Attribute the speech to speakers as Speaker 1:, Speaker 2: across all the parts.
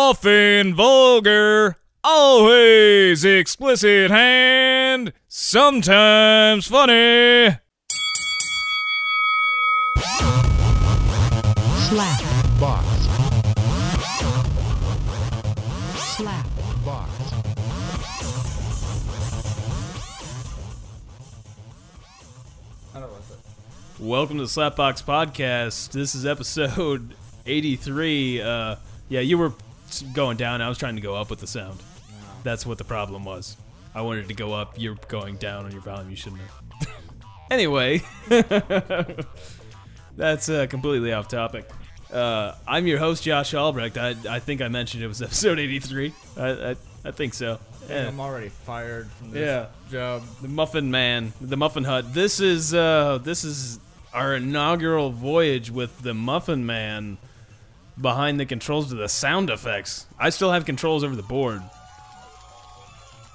Speaker 1: often vulgar, always explicit, and sometimes funny.
Speaker 2: Slap.
Speaker 3: box,
Speaker 2: Slap.
Speaker 3: box.
Speaker 4: Welcome to the Slapbox Podcast. This is episode 83. Uh, yeah, you were s- going down. I was trying to go up with the sound. That's what the problem was. I wanted to go up. You're going down on your volume. You shouldn't have. anyway, that's uh, completely off topic. Uh, I'm your host, Josh Albrecht. I, I think I mentioned it was episode 83. I, I, I think so. Yeah.
Speaker 5: I'm already fired from this
Speaker 4: yeah.
Speaker 5: job.
Speaker 4: The Muffin Man, the Muffin Hut. This is uh, this is our inaugural voyage with the Muffin Man behind the controls to the sound effects. I still have controls over the board.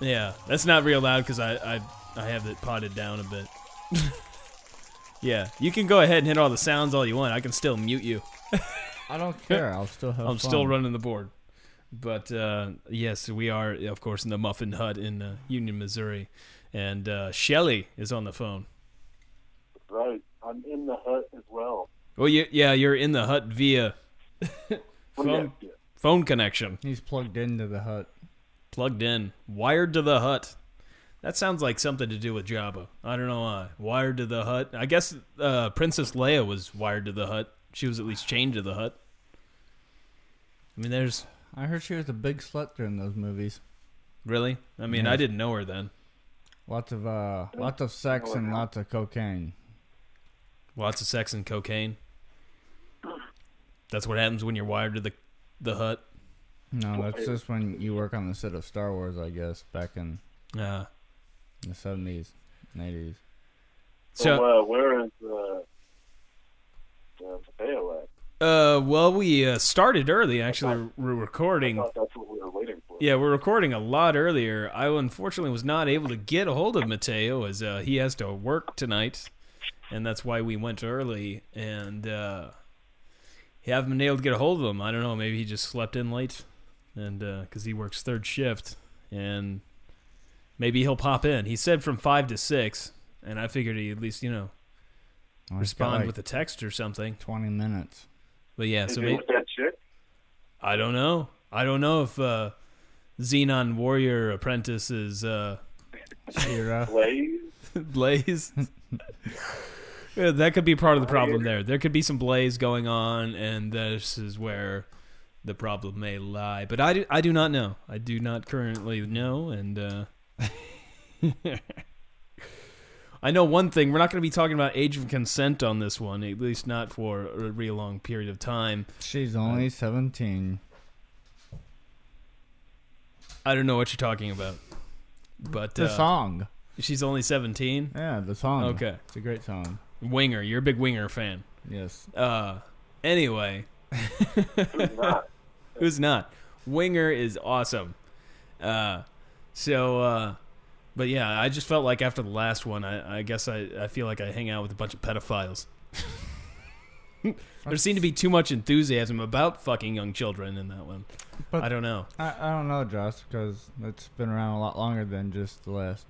Speaker 4: Yeah, that's not real loud because I, I I have it potted down a bit. yeah, you can go ahead and hit all the sounds all you want. I can still mute you.
Speaker 5: I don't care. I'll still have.
Speaker 4: I'm
Speaker 5: fun.
Speaker 4: still running the board. But uh, yes, we are, of course, in the Muffin Hut in uh, Union, Missouri. And uh, Shelly is on the phone.
Speaker 6: Right. I'm in the hut as well.
Speaker 4: Well, you, yeah, you're in the hut via phone,
Speaker 6: Yeah.
Speaker 4: phone connection,
Speaker 5: He's plugged into the hut.
Speaker 4: plugged in, wired to the hut. That sounds like something to do with Jabba. I don't know why. Wired to the hut. I guess uh, Princess Leia was wired to the hut. She was at least chained to the hut. I mean, there's
Speaker 5: I heard she was a big slut during those movies.
Speaker 4: really. I mean,
Speaker 5: Yeah.
Speaker 4: I didn't know her then.
Speaker 5: Lots of uh, lots of sex and lots of cocaine.
Speaker 4: Lots of sex and cocaine. That's what happens when you're wired to the the hut.
Speaker 5: No, that's just when you work on the set of Star Wars, I guess, back in
Speaker 4: Uh,
Speaker 5: the seventies, eighties.
Speaker 4: so,
Speaker 6: So, uh, where is uh, uh, Mateo at?
Speaker 4: uh, well, we uh, started early. Actually, we're recording.
Speaker 6: I thought that's what we were waiting for.
Speaker 4: Yeah, we're recording a lot earlier. I unfortunately was not able to get a hold of Mateo as uh, he has to work tonight, and that's why we went early. And uh, haven't been able to get a hold of him. I don't know. Maybe he just slept in late, and because he works third shift, and maybe he'll pop in. He said from five to six, and I figured he at least you know respond with a text or something.
Speaker 5: twenty minutes.
Speaker 4: But yeah,
Speaker 6: Is
Speaker 4: so
Speaker 6: he
Speaker 4: maybe,
Speaker 6: with that chick?
Speaker 4: I don't know. I don't know if uh, Xenon Warrior Apprentice is. Uh,
Speaker 5: Shira.
Speaker 6: Blaze?
Speaker 4: blaze. Yeah, that could be part of the problem there. There could be some blaze going on, and this is where the problem may lie. But I do, I do not know. I do not currently know, and uh, I know one thing. We're not going to be talking about age of consent on this one, at least not for a real long period of time.
Speaker 5: She's
Speaker 4: Uh,
Speaker 5: only seventeen.
Speaker 4: I don't know what you're talking about, but
Speaker 5: The
Speaker 4: uh,
Speaker 5: song.
Speaker 4: she's only 17.
Speaker 5: Yeah, the song.
Speaker 4: Okay.
Speaker 5: It's a great song.
Speaker 4: Winger, you're a big winger fan.
Speaker 5: Yes.
Speaker 4: Uh, anyway.
Speaker 6: Who's not?
Speaker 4: Who's not? Winger is awesome. Uh, so, uh, but yeah, I just felt like after the last one, I, I guess I, I feel like I hang out with a bunch of pedophiles. there seemed to be too much enthusiasm about fucking young children in that one.
Speaker 5: But-
Speaker 4: I don't know.
Speaker 5: I, I don't know, Josh, because it's been around a lot longer than just the last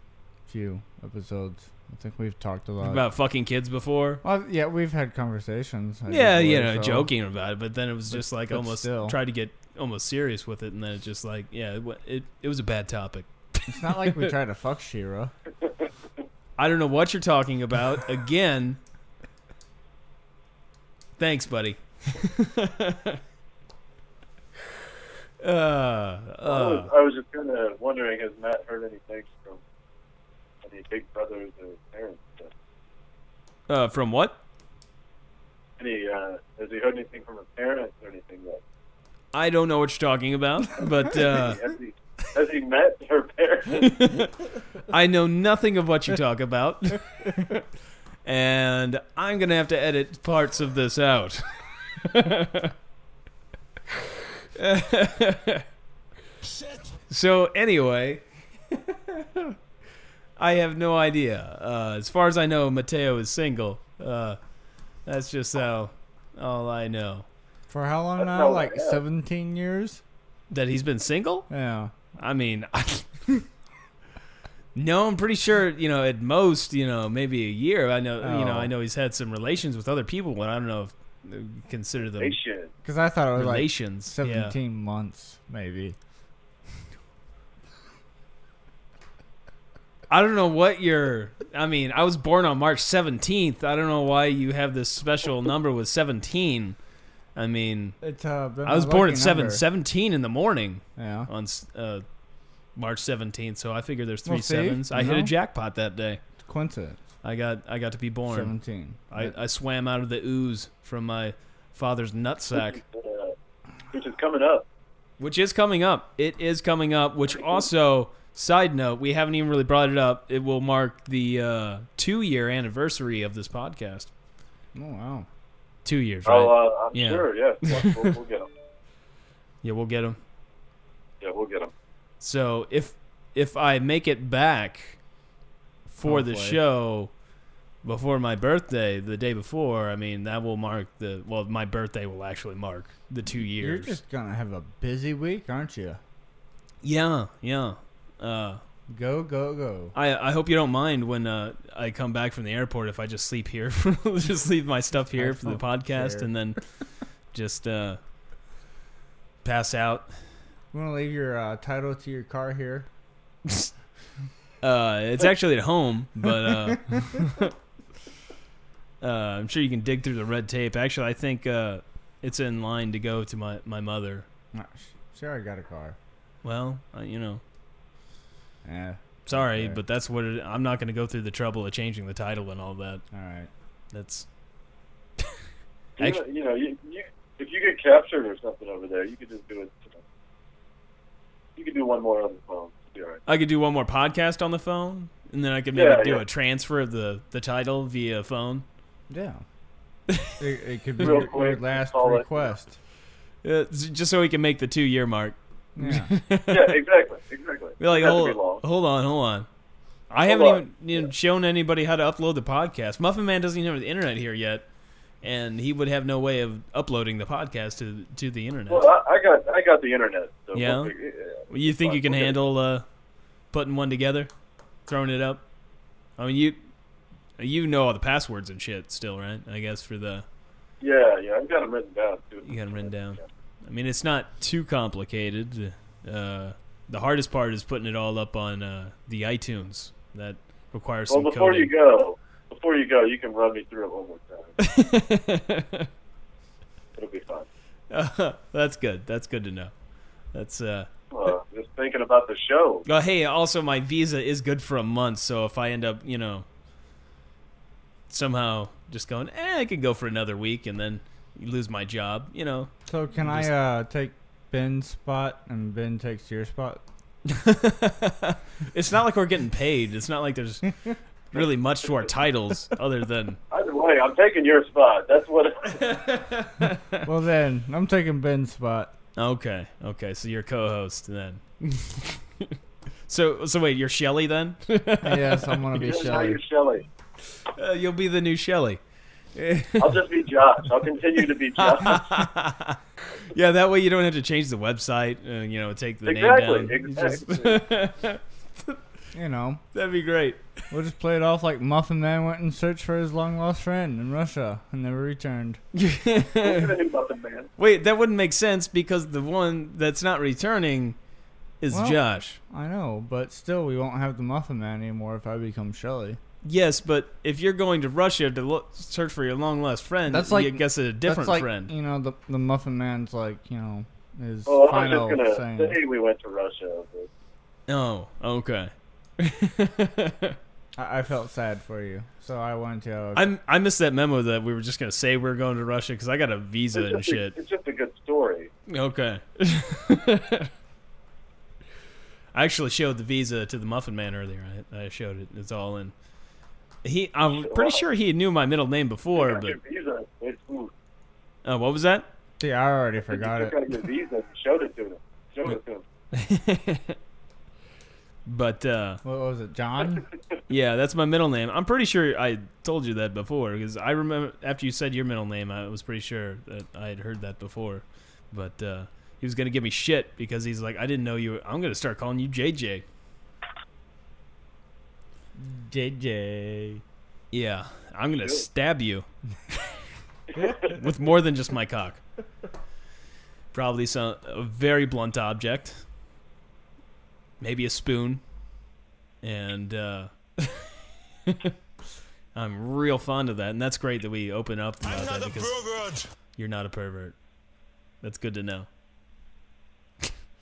Speaker 5: few episodes. I think we've talked a lot.
Speaker 4: about fucking kids before.
Speaker 5: well, yeah, we've had conversations. I
Speaker 4: Yeah,
Speaker 5: think,
Speaker 4: you
Speaker 5: where,
Speaker 4: know,
Speaker 5: so-
Speaker 4: joking about it, but then it was
Speaker 5: But-
Speaker 4: just like
Speaker 5: but
Speaker 4: almost
Speaker 5: still.
Speaker 4: tried to get almost serious with it, and then it just like, yeah, it, wa- it, it was a bad topic.
Speaker 5: It's not like we try to fuck Shira.
Speaker 4: I don't know what you're talking about. Again, thanks, buddy. uh,
Speaker 6: I,
Speaker 4: uh,
Speaker 6: was, I was just kind of wondering, has Matt heard anything from any big brothers or parents?
Speaker 4: uh, from what?
Speaker 6: Any, uh, has he heard anything from his parents or anything yet?
Speaker 4: I don't know what you're talking about, but uh,
Speaker 6: Has he, has he met her parents?
Speaker 4: I know nothing of what you talk about. and I'm going to have to edit parts of this out. so, anyway, I have no idea. Uh, as far as I know, Mateo is single. Uh, that's just how all I know.
Speaker 5: For how long
Speaker 6: That's
Speaker 5: now?
Speaker 6: not
Speaker 5: Like
Speaker 6: bad.
Speaker 5: 17 years?
Speaker 4: That he's been single?
Speaker 5: Yeah.
Speaker 4: I mean, no, I'm pretty sure. You know, at most, you know, maybe a year. I know. You know,
Speaker 5: Oh.
Speaker 4: I know he's had some relations with other people, but I don't know if they consider them
Speaker 6: They should.
Speaker 5: Because I thought it was like
Speaker 4: relations.
Speaker 5: 17 months, maybe.
Speaker 4: Yeah. I don't know what your. I mean, I was born on March 17th. I don't know why you have this special number with 17. I mean,
Speaker 5: It's uh. been
Speaker 4: I was
Speaker 5: a
Speaker 4: born
Speaker 5: lucky
Speaker 4: at 7
Speaker 5: number.
Speaker 4: 17 in the morning.
Speaker 5: Yeah.
Speaker 4: on s- uh, March 17th. So I figure there's three
Speaker 5: Well, see,
Speaker 4: sevens. I hit a
Speaker 5: no.
Speaker 4: jackpot that day.
Speaker 5: It's coincidence.
Speaker 4: I got I got to be born.
Speaker 5: 17.
Speaker 4: I, I swam out of the ooze from my father's nutsack,
Speaker 6: Uh, which is coming up.
Speaker 4: which is coming up. It is coming up. Which also, side note, we haven't even really brought it up. It will mark the uh, two year anniversary of this podcast.
Speaker 5: oh wow.
Speaker 4: Two years, right?
Speaker 6: Oh, uh, I'm
Speaker 4: Yeah.
Speaker 6: sure. Yeah, we'll, we'll, we'll get them.
Speaker 4: yeah, we'll get them.
Speaker 6: Yeah, we'll get them.
Speaker 4: So if if I make it back for the
Speaker 5: Hopefully.
Speaker 4: show before my birthday, the day before, I mean that will mark the well, my birthday will actually mark the two
Speaker 5: You're
Speaker 4: years.
Speaker 5: just gonna have a busy week, aren't you?
Speaker 4: yeah, yeah. Uh,
Speaker 5: Go go go.
Speaker 4: I I hope you don't mind when uh, I come back from the airport if I just sleep here, for, just leave my stuff here
Speaker 5: I
Speaker 4: for the
Speaker 5: don't
Speaker 4: podcast,
Speaker 5: care.
Speaker 4: and then just uh, pass out.
Speaker 5: You want to leave your uh, title to your car here?
Speaker 4: Uh, it's actually at home, but uh, uh, I'm sure you can dig through the red tape. Actually, I think uh, it's in line to go to my, my mother.
Speaker 5: Nah, sh- Sure, I got a car.
Speaker 4: Well, uh, you know,
Speaker 5: Yeah.
Speaker 4: sorry,
Speaker 5: Okay.
Speaker 4: but that's what it, I'm not going to go through the trouble of changing the title and all that.
Speaker 5: All right.
Speaker 4: That's
Speaker 6: You
Speaker 4: Actu-
Speaker 6: know, you know, you, you if you get captured or something over there, you could just do it. You, know, you could do one more on the phone. Be all right.
Speaker 4: I could do one more podcast on the phone, and then I could maybe
Speaker 6: Yeah,
Speaker 4: do
Speaker 6: yeah.
Speaker 4: a transfer of the, the title via phone.
Speaker 5: Yeah. it, it could be
Speaker 6: Real
Speaker 5: your,
Speaker 6: quick,
Speaker 5: your
Speaker 6: just
Speaker 5: last
Speaker 6: call it-
Speaker 5: request.
Speaker 4: Uh, s- just so we can make the two year mark.
Speaker 5: Yeah.
Speaker 6: Yeah, exactly, exactly.
Speaker 4: Be like, oh,
Speaker 6: It has to
Speaker 4: hold,
Speaker 6: be long.
Speaker 4: hold on, hold on. I
Speaker 6: Hold
Speaker 4: haven't
Speaker 6: on.
Speaker 4: even you know, shown anybody how to upload the podcast. Muffin Man doesn't even have the internet here yet, and he would have no way of uploading the podcast to to the internet.
Speaker 6: Well, I, I got I got the internet. So
Speaker 4: Yeah?
Speaker 6: we'll figure- yeah.
Speaker 4: you think you can
Speaker 6: Okay.
Speaker 4: handle uh, putting one together, throwing it up? I mean, you you know all the passwords and shit still, right? I guess for the
Speaker 6: Yeah, yeah, I've got them written down. Too.
Speaker 4: You got 'em written down. I mean, it's not too complicated. Uh, the hardest part is putting it all up on uh, the iTunes. That requires
Speaker 6: Well,
Speaker 4: some
Speaker 6: before
Speaker 4: coding.
Speaker 6: you go, before you go, you can run me through it one more time. It'll be fun.
Speaker 4: Uh, that's good. That's good to know. That's uh.
Speaker 6: Uh, just thinking about the show.
Speaker 4: Oh, hey. Also, my visa is good for a month. So if I end up, you know, somehow just going, eh, I could go for another week and then lose my job. You know.
Speaker 5: So can I
Speaker 4: Just-
Speaker 5: uh, take Ben's spot and Ben takes your spot?
Speaker 4: it's not like we're getting paid. It's not like there's really much to our titles other than
Speaker 6: Either way, I'm taking your spot. That's what.
Speaker 5: well then, I'm taking Ben's spot.
Speaker 4: Okay. Okay. So you're co-host then. so so wait, you're Shelly then?
Speaker 5: yes, I'm gonna be
Speaker 6: Here's how
Speaker 5: Shelly.
Speaker 6: you're Shelly.
Speaker 4: Uh, you'll be the new Shelly.
Speaker 6: I'll just be Josh. I'll continue to be Josh.
Speaker 4: Yeah, that way you don't have to change the website. Uh, you know, take the
Speaker 6: exactly.
Speaker 4: name down. You just-
Speaker 6: Exactly.
Speaker 5: You know,
Speaker 4: that'd be great.
Speaker 5: we'll just play it off like Muffin Man went and searched for his long lost friend in Russia and never returned.
Speaker 6: Look at him, Muffin Man.
Speaker 4: Wait, that wouldn't make sense because the one that's not returning is
Speaker 5: Well-
Speaker 4: Josh.
Speaker 5: I know, but still, we won't have the Muffin Man anymore if I become Shelly.
Speaker 4: Yes, but if you're going to Russia to look, search for your long lost friend,
Speaker 5: That's like-
Speaker 4: you guess a different
Speaker 5: That's like, mm.
Speaker 4: friend.
Speaker 5: You know, the the Muffin Man's like, you know, his
Speaker 6: Oh, I
Speaker 5: final
Speaker 6: was just gonna
Speaker 5: saying.
Speaker 6: say we went to Russia. but
Speaker 4: Oh, okay.
Speaker 5: I, I felt sad for you, so I wanted to. Uh,
Speaker 4: I'm, I missed that memo that we were just gonna say we are going to Russia because I got a visa and
Speaker 6: It's, just a,
Speaker 4: shit.
Speaker 6: it's just a good story.
Speaker 4: Okay. I actually showed the visa to the Muffin Man earlier. I, I showed it. It's all in. He, I'm pretty sure he knew my middle name before,
Speaker 6: Got
Speaker 4: but
Speaker 6: your visa. It's, ooh,
Speaker 4: uh, what was that?
Speaker 5: see, I already forgot
Speaker 6: you
Speaker 5: it.
Speaker 6: got your visa. and Showed it to him. Showed it to him.
Speaker 4: but uh,
Speaker 5: What was it, John?
Speaker 4: yeah, that's my middle name. I'm pretty sure I told you that before because I remember after you said your middle name, I was pretty sure that I had heard that before. But uh, he was gonna give me shit because he's like, I didn't know you. I'm gonna start calling you JJ.
Speaker 5: JJ.
Speaker 4: Yeah, I'm gonna stab you with more than just my cock. Probably some a very blunt object, maybe a spoon, and uh, I'm real fond of that. And that's great that we open up about that because you're not a pervert. That's good to know.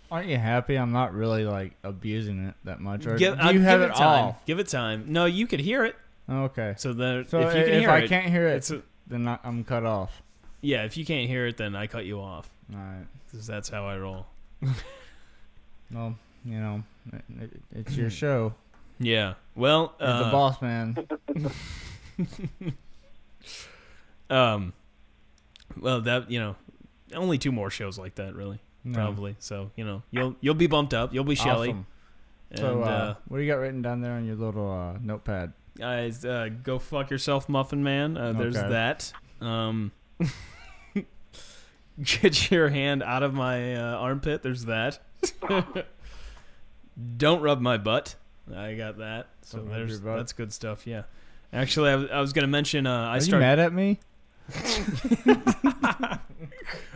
Speaker 5: Aren't you happy? I'm not really like abusing it that much. Or
Speaker 4: Give,
Speaker 5: do
Speaker 4: uh,
Speaker 5: you have
Speaker 4: give it
Speaker 5: it
Speaker 4: time.
Speaker 5: all?
Speaker 4: Give it time. No, you could hear it.
Speaker 5: Okay.
Speaker 4: So then,
Speaker 5: So
Speaker 4: if you can
Speaker 5: if
Speaker 4: hear
Speaker 5: I
Speaker 4: it,
Speaker 5: can't hear it,
Speaker 4: it's a-
Speaker 5: then I, I'm cut off.
Speaker 4: yeah. If you can't hear it, then I cut you off
Speaker 5: All right.
Speaker 4: 'cause that's how I roll.
Speaker 5: Well, you know, it, it, it's your show.
Speaker 4: Yeah. Well,
Speaker 5: You're
Speaker 4: uh,
Speaker 5: the boss man.
Speaker 4: um, well, that you know, only two more shows like that, really,
Speaker 5: No.
Speaker 4: probably. So you know, you'll you'll be bumped up. You'll be Shelly.
Speaker 5: Awesome.
Speaker 4: And
Speaker 5: So, uh,
Speaker 4: uh,
Speaker 5: what do you got written down there on your little uh, notepad?
Speaker 4: I uh, go fuck yourself, Muffin Man. Uh, there's
Speaker 5: Okay.
Speaker 4: that. Um, get your hand out of my uh, armpit. There's that. Don't rub my butt. I got that. So
Speaker 5: Don't rub
Speaker 4: there's
Speaker 5: your butt.
Speaker 4: that's good stuff. Yeah. Actually, I, w- I was gonna mention. Uh, I
Speaker 5: Are
Speaker 4: started.
Speaker 5: you mad at me?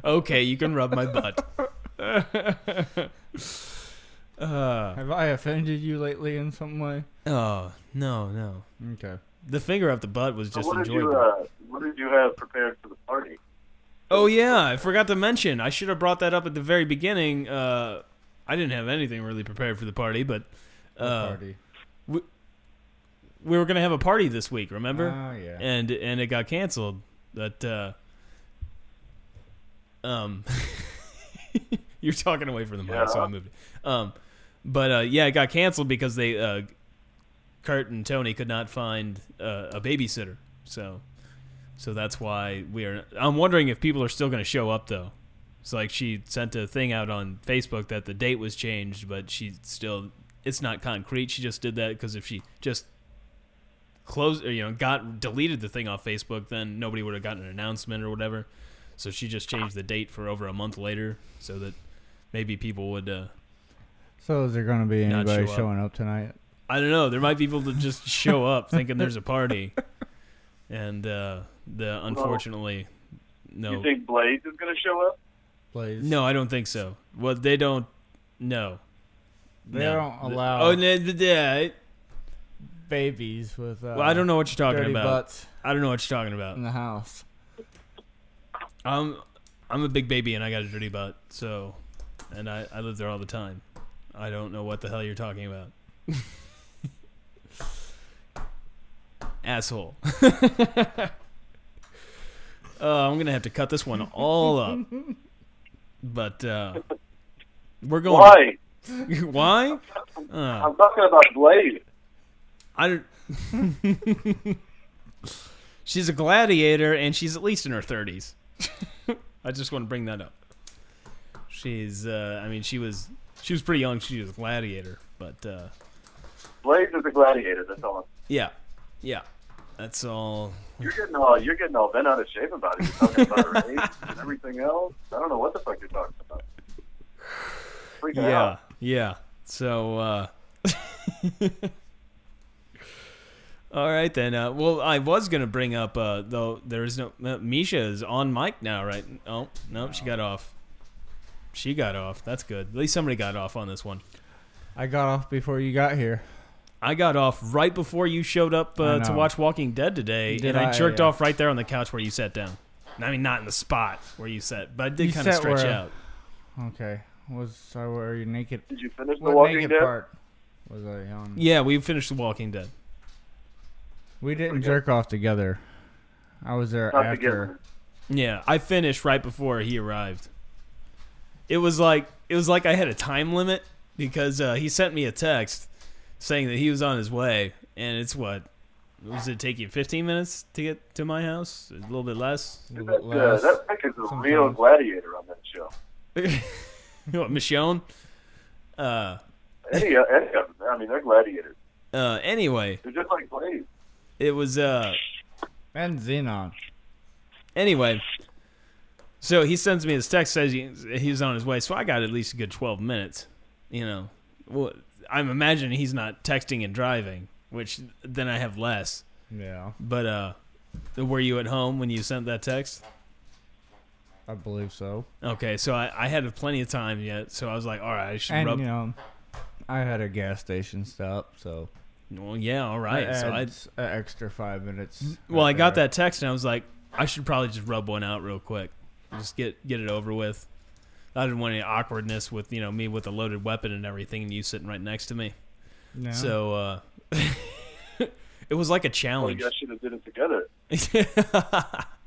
Speaker 4: Okay, you can rub my butt. uh,
Speaker 5: Have I offended you lately in some way?
Speaker 4: oh no, no.
Speaker 5: Okay.
Speaker 4: The finger up the butt was
Speaker 6: So
Speaker 4: just
Speaker 6: what did
Speaker 4: enjoyable.
Speaker 6: you uh, what did you have prepared for the party?
Speaker 4: Oh yeah, I forgot to mention. I should have brought that up at the very beginning. Uh, I didn't have anything really prepared for the party, but uh,
Speaker 5: party.
Speaker 4: we were gonna have a party this week, remember?
Speaker 5: Oh yeah.
Speaker 4: and and it got canceled. But uh, um, you're talking away from the mic, so I
Speaker 6: Yeah.
Speaker 4: moved it. Um, but uh, yeah, it got canceled because they uh, Kurt and Tony could not find uh, a babysitter, so so that's why we are. I'm wondering if people are still going to show up though. It's like she sent a thing out on Facebook that the date was changed, but she still it's not concrete. She just did that because if she just closed or you know got deleted the thing off Facebook, then nobody would have gotten an announcement or whatever. So she just changed the date for over a month later, so that maybe people would. Uh,
Speaker 5: So is there gonna be
Speaker 4: Not
Speaker 5: anybody
Speaker 4: show up.
Speaker 5: showing up tonight?
Speaker 4: I don't know. There might be people that just show up thinking there's a party, and uh, the unfortunately, no,
Speaker 6: You
Speaker 5: Oh.
Speaker 6: think Blaze is going to show up?
Speaker 5: Please.
Speaker 4: no, I don't think so. Well, they don't. No,
Speaker 5: They
Speaker 4: no.
Speaker 5: don't allow-
Speaker 4: Oh, no, th- yeah.
Speaker 5: Babies with. Uh,
Speaker 4: Well, I don't know what you're talking
Speaker 5: dirty
Speaker 4: about.
Speaker 5: butts
Speaker 4: I don't know what you're talking about.
Speaker 5: in the house.
Speaker 4: I'm I'm a big baby and I got a dirty butt, so and I, I live there all the time. I don't know what the hell you're talking about. Asshole. uh, I'm gonna have to cut this one all up. But uh, we're
Speaker 5: Oh.
Speaker 4: going
Speaker 6: Why?
Speaker 4: Why? Uh,
Speaker 6: I'm talking about Blaze.
Speaker 4: I don't She's a gladiator and she's at least in her 30s. I just want to bring that up. She's uh I mean she was she was pretty young, she was a gladiator, but uh
Speaker 6: Blaze is a gladiator. That's all. I'm-
Speaker 4: yeah. Yeah. That's all.
Speaker 6: You're getting all you're getting all bent out of shape about it. You're talking about race and everything else. I don't know what the fuck you're talking about. Freaking
Speaker 4: Yeah.
Speaker 6: out.
Speaker 4: Yeah. So uh All right then. Uh, well, I was gonna bring up uh, though. There is no uh, Misha is on mic now, right? Oh no, she got off. She got off. That's good. At least somebody got off on this one.
Speaker 5: I got off before you got here.
Speaker 4: I got off right before you showed up uh,
Speaker 5: I
Speaker 4: to
Speaker 5: know.
Speaker 4: watch Walking Dead today,
Speaker 5: Did
Speaker 4: and I,
Speaker 5: I,
Speaker 4: jerked
Speaker 5: uh,
Speaker 4: off right there on the couch where you sat down. I mean, not in the spot where you sat, but I did
Speaker 5: You
Speaker 4: kind of
Speaker 5: sat
Speaker 4: stretch
Speaker 5: where-
Speaker 4: out.
Speaker 5: Okay. Was I were you naked?
Speaker 6: Did you finish The
Speaker 5: What
Speaker 6: Walking
Speaker 5: naked
Speaker 6: Dead?
Speaker 5: part was I on?
Speaker 4: Yeah, we finished The Walking Dead.
Speaker 5: We didn't jerk off together. I was there
Speaker 6: Not
Speaker 5: after.
Speaker 6: together.
Speaker 4: Yeah, I finished right before he arrived. It was like it was like I had a time limit because uh, he sent me a text saying that he was on his way, and it's what was it take you 15 minutes to get to my house? A little bit less.
Speaker 5: a little
Speaker 6: That,
Speaker 5: bit
Speaker 6: uh,
Speaker 5: less.
Speaker 6: that pick is a real
Speaker 5: sometimes.
Speaker 6: gladiator on that show.
Speaker 4: what, Michonne? Uh,
Speaker 6: Any, any of them. I mean, they're gladiators.
Speaker 4: uh, anyway,
Speaker 6: They're just like Blaze.
Speaker 4: it was uh,
Speaker 5: and Xenon.
Speaker 4: anyway. So he sends me his text says he, he's on his way. So I got at least a good twelve minutes. You know, well, I'm imagining he's not texting and driving, which then I have less.
Speaker 5: Yeah,
Speaker 4: But uh, were you at home when you sent that text?
Speaker 5: I believe so.
Speaker 4: Okay, so I, I had plenty of time yet, so I was like, all right, I should
Speaker 5: And
Speaker 4: rub.
Speaker 5: you know, I had a gas station stop, so
Speaker 4: Well, yeah, all right. so I Mm,
Speaker 5: adds a extra five minutes.
Speaker 4: well,
Speaker 5: right
Speaker 4: I got
Speaker 5: there.
Speaker 4: that text and I was like, I should probably just rub one out real quick, just get get it over with. I didn't want any awkwardness with you know me with a loaded weapon and everything, and you sitting right next to me.
Speaker 5: Yeah.
Speaker 4: So uh, it was like a
Speaker 6: Well, you
Speaker 4: challenge.
Speaker 6: guys should have did it together.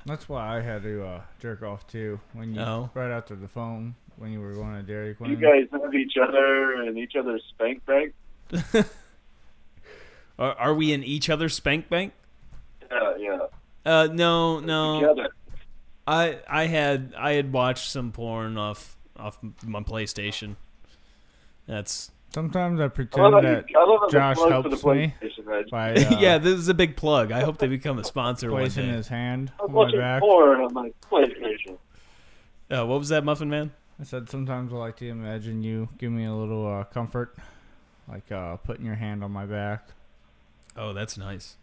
Speaker 5: That's why I had to uh, jerk off too when you
Speaker 4: Oh.
Speaker 5: right after the phone when you were going to Dairy Queen.
Speaker 6: You guys have each other and each other's spank bank.
Speaker 4: are, are we in each other's spank bank?
Speaker 6: Yeah, yeah.
Speaker 4: Uh, no, no.
Speaker 6: Together.
Speaker 4: I I had I had watched some porn off off my PlayStation. That's
Speaker 5: Sometimes I
Speaker 6: I love
Speaker 5: pretend
Speaker 6: how you-
Speaker 5: that
Speaker 6: I love how the
Speaker 5: Josh
Speaker 6: plug for the
Speaker 5: helps me
Speaker 6: PlayStation, Reg.
Speaker 5: by
Speaker 4: yeah.
Speaker 5: uh,
Speaker 4: This is a big plug. I hope they become a sponsor one
Speaker 5: placing
Speaker 4: day.
Speaker 5: his hand
Speaker 6: I was
Speaker 5: on my
Speaker 6: watching
Speaker 5: back.
Speaker 6: porn on my PlayStation.
Speaker 4: Uh, what was that, Muffin Man?
Speaker 5: I said sometimes I like to imagine you give me a little uh, comfort, like uh, putting your hand on my back.
Speaker 4: Oh, that's nice.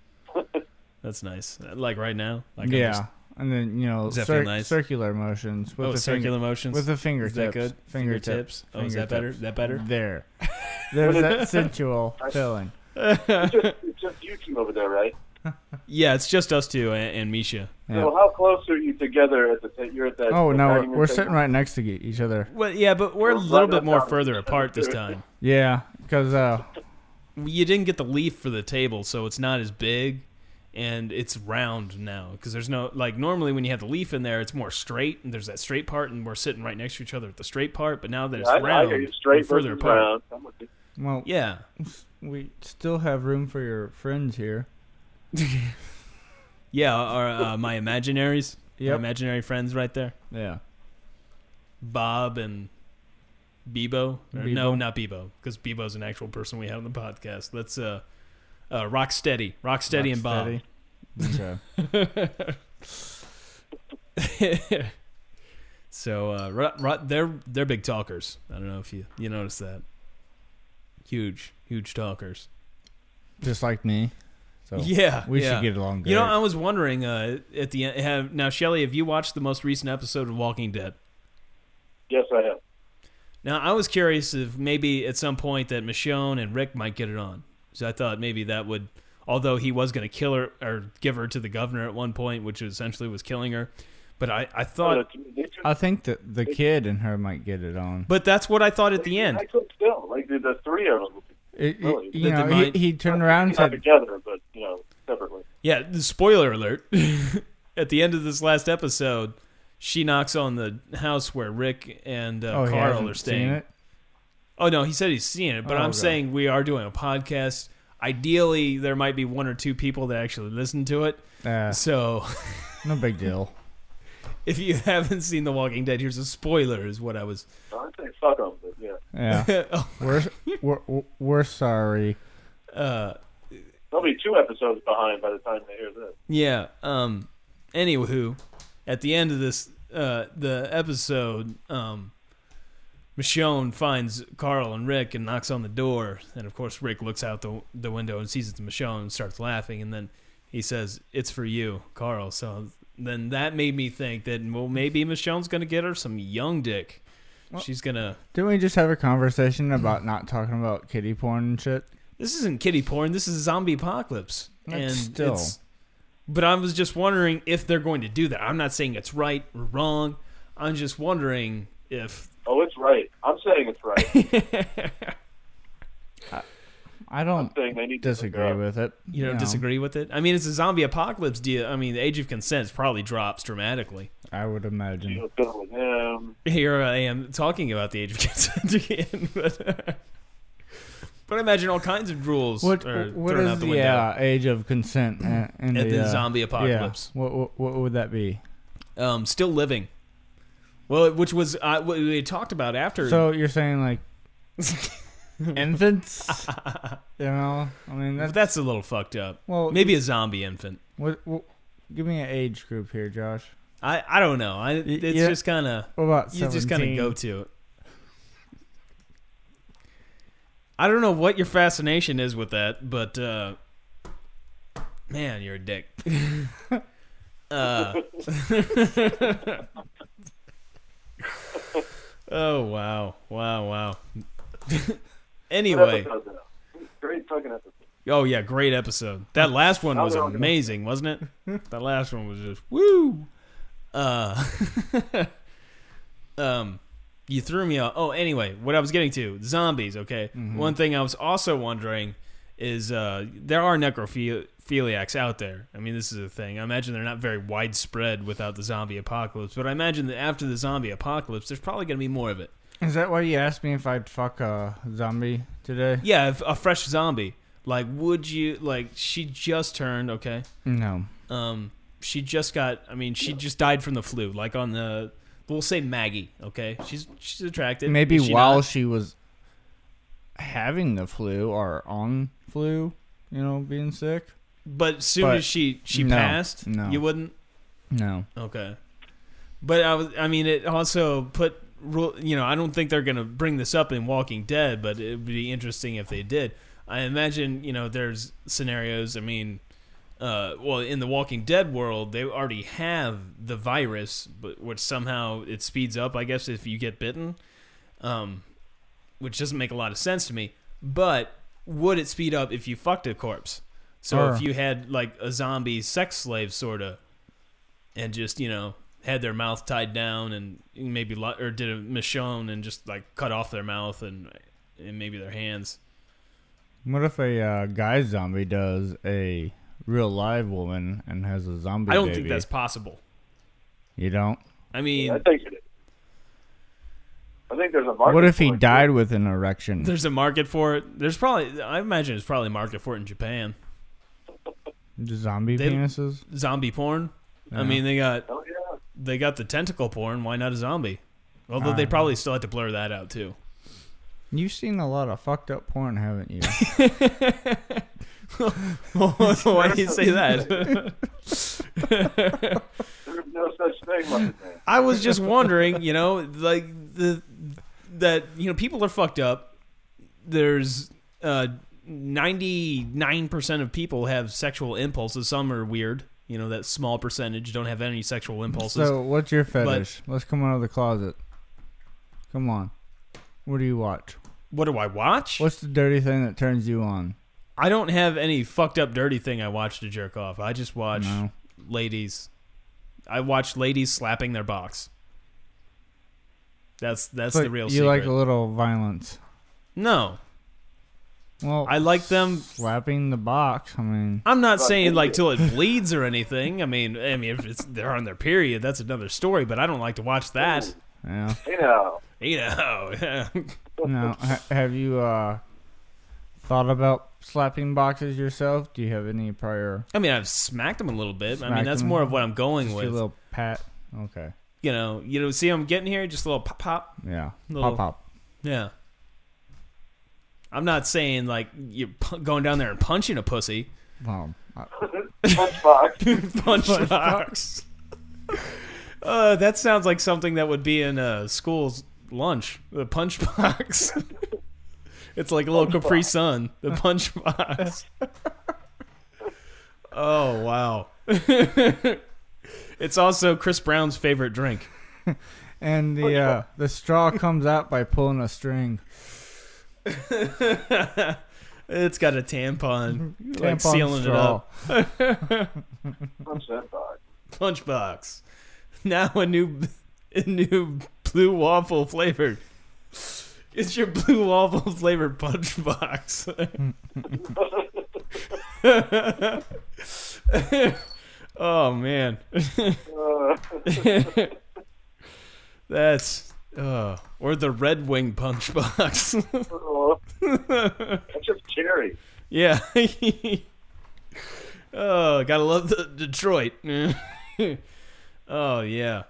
Speaker 4: That's nice. Like right now. Like I'm
Speaker 5: yeah,
Speaker 4: just-
Speaker 5: and then you know
Speaker 4: Does that
Speaker 5: cir-
Speaker 4: feel nice?
Speaker 5: circular motions with
Speaker 4: oh,
Speaker 5: the
Speaker 4: circular
Speaker 5: finger,
Speaker 4: motions.
Speaker 5: with the fingertips.
Speaker 4: is that good?
Speaker 5: Fingertips.
Speaker 4: Oh, is that better? Is that better?
Speaker 5: There, there's that sensual
Speaker 6: I-
Speaker 5: feeling.
Speaker 6: Just, it's just you two over there, right?
Speaker 4: Yeah, it's just us two and, and Misha.
Speaker 5: Yeah.
Speaker 6: So how close are you together at the ta- you're at that?
Speaker 5: Oh
Speaker 6: the dining
Speaker 5: no, we're,
Speaker 6: room
Speaker 5: we're
Speaker 6: table?
Speaker 5: sitting right next to e- each other.
Speaker 4: Well, yeah, but we're a
Speaker 6: Well,
Speaker 4: little
Speaker 6: right
Speaker 4: bit
Speaker 6: now,
Speaker 4: more
Speaker 6: now-
Speaker 4: further apart this time.
Speaker 5: Yeah, because uh,
Speaker 4: You didn't get the leaf for the table, so it's not as big, and it's round now because there's no like normally when you have the leaf in there, it's more straight and there's that straight part, and we're sitting right next to each other at the straight part. But now that it's
Speaker 6: I, I
Speaker 4: round,
Speaker 6: hear you
Speaker 4: we're
Speaker 6: straight
Speaker 4: further
Speaker 6: versus
Speaker 4: apart.
Speaker 6: round. I'm with you.
Speaker 5: well,
Speaker 4: Yeah,
Speaker 5: we still have room for your friends here.
Speaker 4: yeah. Are uh, my imaginaries? my
Speaker 5: Yep.
Speaker 4: imaginary friends right there.
Speaker 5: Yeah,
Speaker 4: Bob and Bebo. Or
Speaker 5: Bebo.
Speaker 4: No, not Bebo, because Bebo's an actual person we had on the podcast. That's uh, uh, Rocksteady, Rocksteady and Bob.
Speaker 5: Okay.
Speaker 4: so uh, ro- ro- they're they're big talkers. I don't know if you you notice that. Huge, huge talkers.
Speaker 5: Just like me. So
Speaker 4: yeah,
Speaker 5: Oh, we
Speaker 4: yeah.
Speaker 5: should get along. Great.
Speaker 4: You know, I was wondering uh, at the end. Have, now, Shelley, have you watched the most recent episode of Walking Dead?
Speaker 6: Yes, I have.
Speaker 4: Now, I was curious if maybe at some point that Michonne and Rick might get it on. So I thought maybe that would, although he was going to kill her or give her to the governor at one point, which essentially was killing her. But I, I
Speaker 6: Uh,
Speaker 4: thought,
Speaker 6: they just-
Speaker 5: I think that the kid and her might get it on.
Speaker 4: but that's what I thought at the end.
Speaker 6: I could still like the, the three of them.
Speaker 5: It- it-
Speaker 6: Really?
Speaker 5: you
Speaker 4: That they
Speaker 5: know,
Speaker 4: might-
Speaker 5: he, he turned around and
Speaker 6: not
Speaker 5: said,
Speaker 6: together, but you know, separately.
Speaker 4: Yeah, spoiler alert. at the end of this last episode, she knocks on the house where Rick and uh,
Speaker 5: "Oh, he
Speaker 4: Carl are
Speaker 5: hasn't seen
Speaker 4: staying.
Speaker 5: it."
Speaker 4: Oh no, he said he's seen it, but
Speaker 5: Oh,
Speaker 4: I'm
Speaker 5: okay.
Speaker 4: saying we are doing a podcast. Ideally, there might be one or two people that actually listen to it.
Speaker 5: Uh,
Speaker 4: So
Speaker 5: no big deal.
Speaker 4: if you haven't seen The Walking Dead, here's a spoiler, is what I was.
Speaker 6: I say fuck them, but yeah,
Speaker 5: Yeah, we're we're we're sorry.
Speaker 4: uh,
Speaker 6: there'll be two episodes behind by the time they hear this.
Speaker 4: yeah. Um. Anywho, at the end of this, uh, the episode, um, Michonne finds Carl and Rick and knocks on the door, and of course Rick looks out the the window and sees it's Michonne and starts laughing, and then he says, "It's for you, Carl." So then that made me think that well, maybe Michonne's gonna get her some young dick. She's gonna.
Speaker 5: Didn't we just have a conversation about not talking about kitty porn and shit?
Speaker 4: this isn't kitty porn. This is zombie apocalypse.
Speaker 5: That's
Speaker 4: and
Speaker 5: still-
Speaker 4: It's, but I was just wondering if they're going to do that. I'm not saying it's right or wrong. I'm just wondering if
Speaker 6: Oh, it's right. I'm saying it's right.
Speaker 5: I don't
Speaker 6: saying they need to hook
Speaker 5: disagree
Speaker 6: up.
Speaker 5: with it.
Speaker 4: you don't
Speaker 5: know.
Speaker 4: disagree with it. I mean, it's a zombie apocalypse deal. I mean, the age of consent probably drops dramatically.
Speaker 5: I would
Speaker 6: You
Speaker 5: imagine.
Speaker 6: know, Bill with him.
Speaker 4: Here I am talking about the age of consent again, but. But I imagine all kinds of rules
Speaker 5: What
Speaker 4: are
Speaker 5: what
Speaker 4: thrown
Speaker 5: is
Speaker 4: out the
Speaker 5: the,
Speaker 4: window
Speaker 5: uh, age of consent and, and
Speaker 4: at the,
Speaker 5: uh,
Speaker 4: zombie apocalypse.
Speaker 5: Yeah. What, what what would that be? uh,
Speaker 4: Um, still living. Well, which was uh, what we had talked about after.
Speaker 5: So you're saying like infants? you know, I mean
Speaker 4: But
Speaker 5: that's
Speaker 4: that's a little fucked up.
Speaker 5: well.
Speaker 4: Maybe a zombie infant.
Speaker 5: what, what, give me an age group here, Josh.
Speaker 4: I, I don't know. I, it's
Speaker 5: yeah.
Speaker 4: just kind of
Speaker 5: What about
Speaker 4: you just kind of
Speaker 5: 17?
Speaker 4: go to it. I don't know what your fascination is with that, but uh, man, you're a dick. uh, oh wow, wow, wow. anyway,
Speaker 6: Episode, though. Great fucking episode.
Speaker 4: oh yeah, great episode. That last one
Speaker 6: I'll
Speaker 4: was
Speaker 6: go on.
Speaker 4: amazing, wasn't it? That last one was just woo. Uh, um, you threw me off. Oh, anyway, what I was getting to zombies. Okay, one thing I was also wondering is uh, there are necrophiliacs out there. I mean, this is a thing. I imagine they're not very widespread without the zombie apocalypse, but I imagine that after the zombie apocalypse, there's probably going to be more of it.
Speaker 5: Is that why you asked me if I'd fuck a zombie today?
Speaker 4: Yeah, if- a fresh zombie. Like, would you like? She just turned. Okay.
Speaker 5: No.
Speaker 4: um, she just got. I mean, she just died from the flu. Like on the, we'll say Maggie. Okay, she's she's attractive.
Speaker 5: Maybe
Speaker 4: Is she
Speaker 5: while
Speaker 4: not?
Speaker 5: she was having the flu or on flu, you know, being sick.
Speaker 4: but soon
Speaker 5: but-
Speaker 4: as she she
Speaker 5: no,
Speaker 4: passed,
Speaker 5: no.
Speaker 4: you wouldn't.
Speaker 5: No.
Speaker 4: Okay, but I was. I mean, it also put. ru- You know, I don't think they're gonna bring this up in Walking Dead, but it would be interesting if they did. I imagine you know there's scenarios. I mean. Uh, well, in the Walking Dead world, they already have the virus, but which somehow it speeds up, I guess, if you get bitten. um, which doesn't make a lot of sense to me. But would it speed up if you fucked a corpse? So
Speaker 5: Sure.
Speaker 4: if you had like a zombie sex slave sorta, and just you know had their mouth tied down and maybe lo- or did a Michonne and just like cut off their mouth and and maybe their hands.
Speaker 5: What if a uh, guy zombie does a real live woman and has a zombie?
Speaker 4: I don't
Speaker 5: baby?
Speaker 4: think that's possible.
Speaker 5: You don't.
Speaker 4: I mean,
Speaker 6: I think it is. I think there's a market.
Speaker 5: What if he
Speaker 6: for it.
Speaker 5: died with an erection?
Speaker 4: there's a market for it. There's probably I imagine there's probably a market for it in Japan.
Speaker 5: Zombie
Speaker 4: They-
Speaker 5: penises.
Speaker 4: Zombie porn.
Speaker 5: Yeah.
Speaker 4: I mean, they got
Speaker 6: Oh yeah.
Speaker 4: they got the tentacle porn. Why not a zombie? Although
Speaker 5: Ah.
Speaker 4: they probably still had to blur that out too.
Speaker 5: You've seen a lot of fucked up porn, haven't you?
Speaker 4: Why do you say that?
Speaker 6: There's no such thing, my man.
Speaker 4: I was just wondering, you know, like the that you know people are fucked up. There's uh, 99% of people have sexual impulses. Some are weird. You know, that small percentage don't have any sexual impulses.
Speaker 5: so, what's your fetish? Let's come out of the closet. Come on. What do you watch?
Speaker 4: what do I watch?
Speaker 5: What's the dirty thing that turns you on?
Speaker 4: I don't have any fucked up dirty thing I watch to jerk off. I just watch
Speaker 5: No.
Speaker 4: ladies. I watch ladies slapping their box. That's that's the
Speaker 5: But
Speaker 4: real
Speaker 5: You
Speaker 4: secret.
Speaker 5: like a little violence.
Speaker 4: no,
Speaker 5: Well,
Speaker 4: I like them.
Speaker 5: slapping the box. I mean,
Speaker 4: I'm not
Speaker 6: Right.
Speaker 4: saying like till it bleeds or anything. I mean, I mean if it's they're on their period, that's another story. But I don't like to watch that.
Speaker 5: yeah.
Speaker 6: You know.
Speaker 4: You know,
Speaker 5: No, ha- have you uh thought about slapping boxes yourself? Do you have any prior?
Speaker 4: I mean I've smacked them a little bit. I mean
Speaker 5: Smacked
Speaker 4: that's
Speaker 5: them.
Speaker 4: more of what I'm going
Speaker 5: Just your
Speaker 4: with.
Speaker 5: little pat. Okay.
Speaker 4: you know, you know, see I'm getting here, just a little pop pop.
Speaker 5: Yeah.
Speaker 4: Little-
Speaker 5: Pop pop.
Speaker 4: Yeah. I'm not saying like you're pu- going down there and punching a pussy.
Speaker 5: Well, I-
Speaker 6: Lunchbox.
Speaker 4: Punch rocks. uh, that sounds like something that would be in uh, school's lunch. The punch box. it's like a little Capri Sun. The punch box. oh wow. it's also Chris Brown's favorite drink.
Speaker 5: and the uh, the straw comes out by pulling a string.
Speaker 4: It's got a tampon, like
Speaker 5: Tampon
Speaker 4: sealing it
Speaker 5: straw.
Speaker 4: up.
Speaker 6: Lunch that box.
Speaker 4: punch box. Now a new a new blue waffle flavored. It's your blue waffle flavored punch box. oh man.
Speaker 6: Uh,
Speaker 4: That's uh, or the red wing punch box.
Speaker 6: oh. That's just cherry.
Speaker 4: yeah. oh, gotta love the Detroit. oh yeah,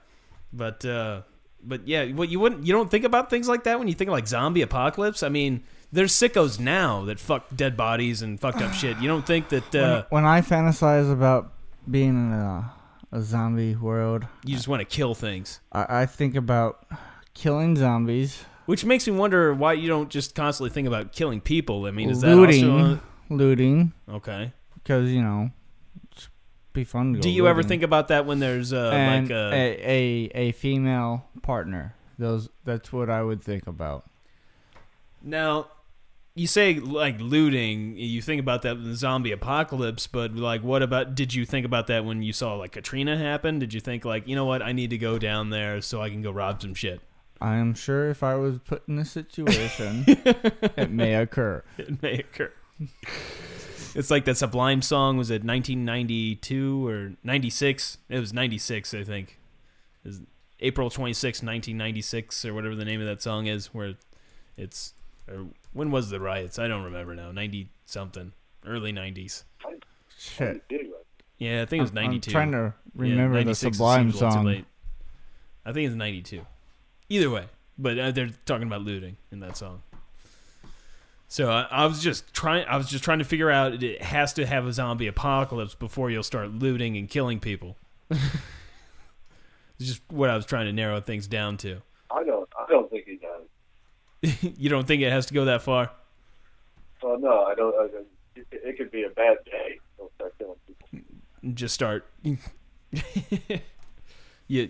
Speaker 4: but uh, but yeah, what you wouldn't you don't think about things like that when you think of like zombie apocalypse. I mean, there's sickos now that fuck dead bodies and fucked up shit. You don't think that uh,
Speaker 5: When I fantasize about being in a, a zombie world.
Speaker 4: You just want to kill things,
Speaker 5: I, I think about killing zombies,
Speaker 4: which makes me wonder why you don't just constantly think about killing people. I mean, is that
Speaker 5: looting,
Speaker 4: also
Speaker 5: looting,
Speaker 4: okay?
Speaker 5: because you know, it's be fun. To
Speaker 4: Do
Speaker 5: go
Speaker 4: you ever
Speaker 5: looting.
Speaker 4: think about that when there's uh,
Speaker 5: and
Speaker 4: like a,
Speaker 5: a, a a female partner? Those that's what I would think about.
Speaker 4: now? You say like looting. You think about that in the zombie apocalypse, but like, what about? Did you think about that when you saw like Katrina happen? Did you think like, you know what? I need to go down there so I can go rob some shit.
Speaker 5: I am sure if I was put in a situation, it may occur.
Speaker 4: It may occur. it's like that Sublime song. Was it 1992 or 96? It was 96, I think. It was April 26, 1996, or whatever the name of that song is. Where it's or when was the riots? I don't remember now. 90 something, early 90s.
Speaker 5: Shit.
Speaker 6: Anyway,
Speaker 4: Yeah, I think it was
Speaker 5: I'm-
Speaker 4: 92.
Speaker 5: I'm trying to
Speaker 4: Yeah,
Speaker 5: remember the
Speaker 4: 96
Speaker 5: Sublime
Speaker 4: seems a little too
Speaker 5: song.
Speaker 4: late. I think it's 92. Either way, but uh, they're talking about looting in that song. So I, I was just trying. I was just trying to figure out it has to have a zombie apocalypse before you'll start looting and killing people. it's just what I was trying to narrow things down to.
Speaker 6: I don't. I don't think he does.
Speaker 4: you don't think it has to go that far?
Speaker 6: Well, no, I don't. I, it, it could be a bad day. Don't start killing people.
Speaker 4: Just start. you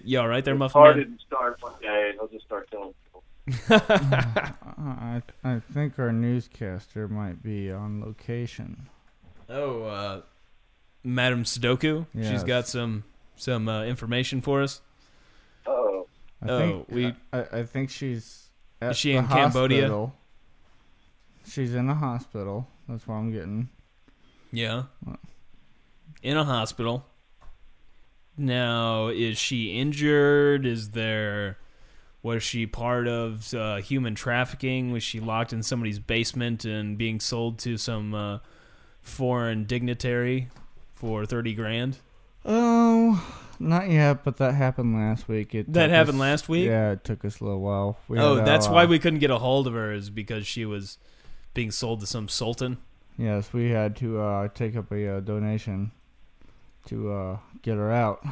Speaker 4: you all right there, Muffin
Speaker 6: Car
Speaker 4: Man?
Speaker 6: didn't start one day, and he'll just start killing people.
Speaker 5: I, I think our newscaster might be on location.
Speaker 4: Oh, uh, Madam Sudoku. She's
Speaker 5: Yes.
Speaker 4: got some some uh, information for us.
Speaker 6: Uh oh.
Speaker 5: I
Speaker 4: Oh,
Speaker 5: think,
Speaker 4: we-
Speaker 5: I, I think she's. At
Speaker 4: Is she
Speaker 5: the
Speaker 4: in Cambodia?
Speaker 5: hospital. She's in a hospital. That's what I'm getting.
Speaker 4: Yeah.
Speaker 5: What?
Speaker 4: In a hospital. Now, is she injured? Is there. Was she part of uh, human trafficking? Was she locked in somebody's basement and being sold to some uh, foreign dignitary for 30 grand?
Speaker 5: Oh, not yet, but that happened last week. It
Speaker 4: That
Speaker 5: took
Speaker 4: happened
Speaker 5: us-
Speaker 4: last week?
Speaker 5: Yeah, it took us a little while. We
Speaker 4: oh,
Speaker 5: had
Speaker 4: that's
Speaker 5: our,
Speaker 4: why
Speaker 5: uh,
Speaker 4: we couldn't get a hold of her, is because she was being sold to some sultan.
Speaker 5: Yes, we had to uh, take up a uh, donation to uh, get her out.
Speaker 4: I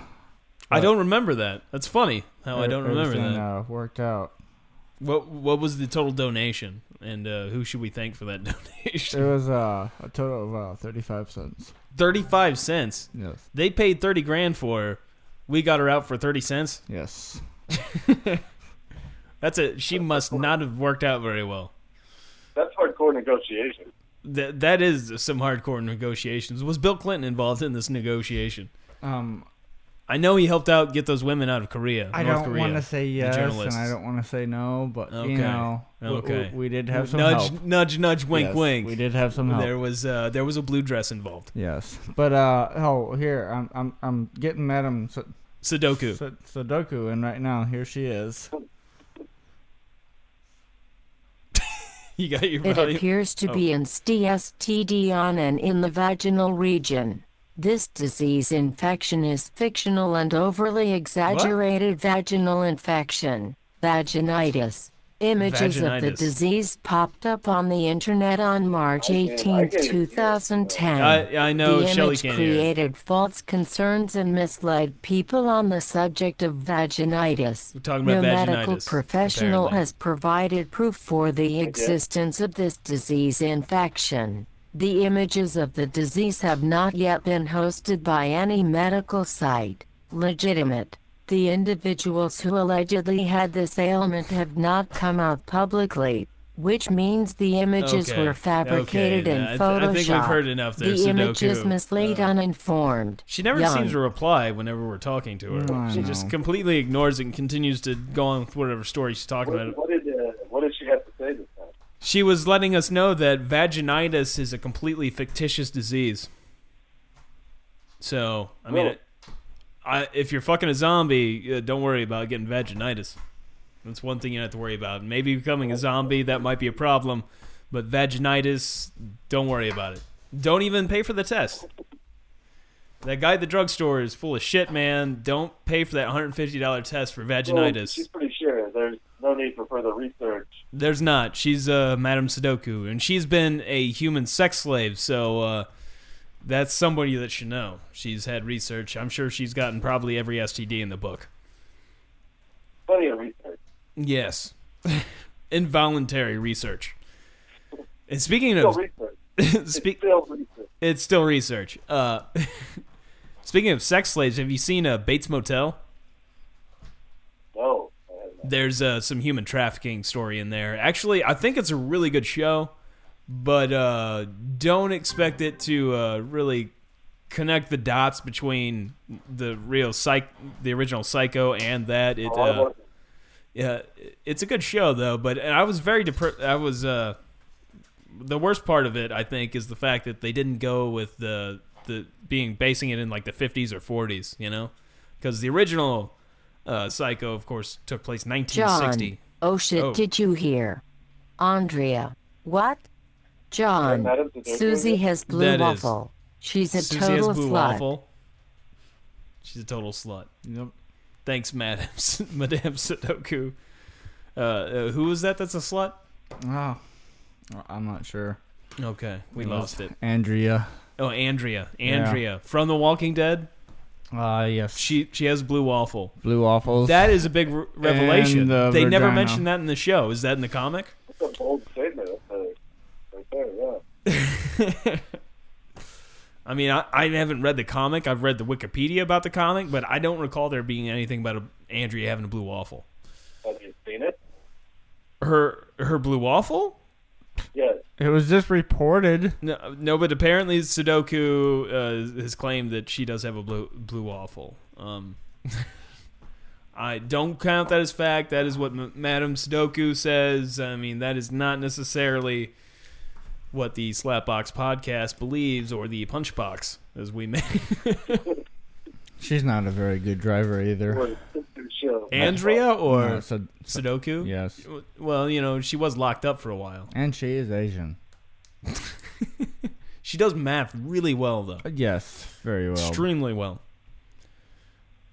Speaker 5: Right.
Speaker 4: don't remember that. That's funny how I don't remember
Speaker 5: Everything,
Speaker 4: that.
Speaker 5: Uh, worked out.
Speaker 4: What what was the total donation, and uh, who should we thank for that
Speaker 5: It
Speaker 4: donation?
Speaker 5: was uh, a total of uh, thirty-five cents.
Speaker 4: thirty five cents.
Speaker 5: Yes.
Speaker 4: They paid thirty grand for her. We got her out for thirty cents.
Speaker 5: Yes.
Speaker 4: That's a she must not have worked out very well.
Speaker 6: That's hardcore negotiation.
Speaker 4: That that is some hardcore negotiations. Was Bill Clinton involved in this negotiation?
Speaker 5: Um,
Speaker 4: I know he helped out get those women out of Korea.
Speaker 5: I
Speaker 4: North
Speaker 5: don't
Speaker 4: Korea.
Speaker 5: want to say yes, and
Speaker 4: journalists.
Speaker 5: I don't want to say no, but
Speaker 4: Okay.
Speaker 5: you know, w-
Speaker 4: Okay.
Speaker 5: w- we did have some
Speaker 4: nudge
Speaker 5: help.
Speaker 4: nudge nudge wink
Speaker 5: Yes,
Speaker 4: wink.
Speaker 5: We did have some help.
Speaker 4: There was uh, there was a blue dress involved.
Speaker 5: Yes, but uh, oh, here I'm I'm I'm getting Madam S-
Speaker 4: Sudoku.
Speaker 5: S- Sudoku, and right now here she is.
Speaker 4: you got your
Speaker 2: It
Speaker 4: volume.
Speaker 2: appears to
Speaker 4: Oh.
Speaker 2: be in STD on and in the vaginal region. This disease infection is fictional and overly exaggerated vaginal infection, vaginitis. Images of the
Speaker 4: Vaginitis.
Speaker 2: disease popped up on the internet on March
Speaker 6: I can't- I
Speaker 2: 18,
Speaker 6: can't hear.
Speaker 2: 2010.
Speaker 4: I I know
Speaker 2: the
Speaker 4: Shelly
Speaker 2: image
Speaker 4: can't hear. it.
Speaker 2: created false concerns and misled people on the subject of vaginitis.
Speaker 4: We're talking
Speaker 2: no
Speaker 4: about
Speaker 2: medical
Speaker 4: vaginitis,
Speaker 2: professional
Speaker 4: apparently.
Speaker 2: has provided proof for the existence of this disease infection. The images of the disease have not yet been hosted by any medical site. Legitimate. The individuals who allegedly had this ailment have not come out publicly, which means the images
Speaker 4: Okay.
Speaker 2: were fabricated
Speaker 4: Okay,
Speaker 2: and
Speaker 4: I
Speaker 2: in
Speaker 4: th- I
Speaker 2: Photoshop.
Speaker 4: think we've heard enough there,
Speaker 2: The
Speaker 4: Sudoku. Uh.
Speaker 2: images mislead uninformed.
Speaker 4: She never
Speaker 2: young.
Speaker 4: seems to reply whenever we're talking to her.
Speaker 5: I
Speaker 4: she just
Speaker 5: know.
Speaker 4: completely ignores it and continues to go on with whatever story she's talking about.
Speaker 6: What, what did uh, What did she have to say this time?
Speaker 4: She was letting us know that vaginitis is a completely fictitious disease. So, I mean,
Speaker 6: Well-
Speaker 4: it, I, if you're fucking a zombie, uh, don't worry about getting vaginitis. That's one thing you don't have to worry about. Maybe becoming a zombie, that might be a problem. But vaginitis, don't worry about it. Don't even pay for the test. That guy at the drugstore is full of shit, man. Don't pay for that $150 test for
Speaker 6: Well,
Speaker 4: vaginitis.
Speaker 6: she's pretty sure there's no need for further research.
Speaker 4: There's not. She's uh, Madame Sudoku, and she's been a human sex slave. So uh, that's somebody that should know. She's had research. I'm sure she's gotten probably every STD in the book.
Speaker 6: Plenty of research.
Speaker 4: Yes. Involuntary research. And speaking
Speaker 6: Still
Speaker 4: of
Speaker 6: research. It's
Speaker 4: speak,
Speaker 6: still research.
Speaker 4: it's still research. Uh, speaking of sex slaves, have you seen uh, Bates Motel?
Speaker 6: No. I have not.
Speaker 4: there's uh, some human trafficking story in there. Actually, I think it's a really good show, but uh, don't expect it to uh, really connect the dots between the real psych, the original Psycho, and that. It,
Speaker 6: Oh, I
Speaker 4: uh,
Speaker 6: want to-
Speaker 4: yeah, it's a good show though. But and I was very depressed. I was uh, the worst part of it. I think is the fact that they didn't go with the the being basing it in like the 50s or 40s. You know, because the original. Uh, Psycho, of course, took place
Speaker 2: John.
Speaker 4: 1960.
Speaker 2: Oh shit,
Speaker 4: Oh.
Speaker 2: did you hear? Andrea. What? John.
Speaker 6: Madam, did they do
Speaker 2: Susie
Speaker 6: it?
Speaker 2: has blue
Speaker 4: That is.
Speaker 2: waffle. She's a
Speaker 4: Susie has
Speaker 2: total
Speaker 4: blue
Speaker 2: slut.
Speaker 4: waffle. She's a total slut.
Speaker 5: Yep.
Speaker 4: Thanks, Madame S- Madame Sudoku. Uh, uh, who was that? That's a slut.
Speaker 5: Oh, I'm not sure.
Speaker 4: Okay, we lost it.
Speaker 5: Andrea.
Speaker 4: Oh, Andrea, Andrea from The Walking Dead.
Speaker 5: Uh, yes.
Speaker 4: She she has blue waffle.
Speaker 5: Blue waffles.
Speaker 4: That is a big re- revelation.
Speaker 5: the
Speaker 4: they never
Speaker 5: vagina.
Speaker 4: mentioned that in the show. Is that in the comic?
Speaker 6: That's a bold statement. That's a, right there, yeah.
Speaker 4: I mean, I, I haven't read the comic. I've read the Wikipedia about the comic, but I don't recall there being anything about a, Andrea having a blue waffle.
Speaker 6: Have you seen it?
Speaker 4: Her her blue waffle?
Speaker 6: Yes.
Speaker 5: it was just reported.
Speaker 4: No, no, but apparently Sudoku uh, has claimed that she does have a blue blue waffle. Um, I don't count that as fact. That is what M- Madam Sudoku says. I mean, that is not necessarily what the Slapbox podcast believes, or the Punchbox, as we may.
Speaker 5: She's not a very good driver either.
Speaker 6: Or sister show.
Speaker 4: Andrea or
Speaker 5: No, so, so-
Speaker 4: Sudoku?
Speaker 5: yes.
Speaker 4: Well, you know, she was locked up for a while.
Speaker 5: And she is Asian.
Speaker 4: She does math really well, though.
Speaker 5: But yes, very well.
Speaker 4: extremely well.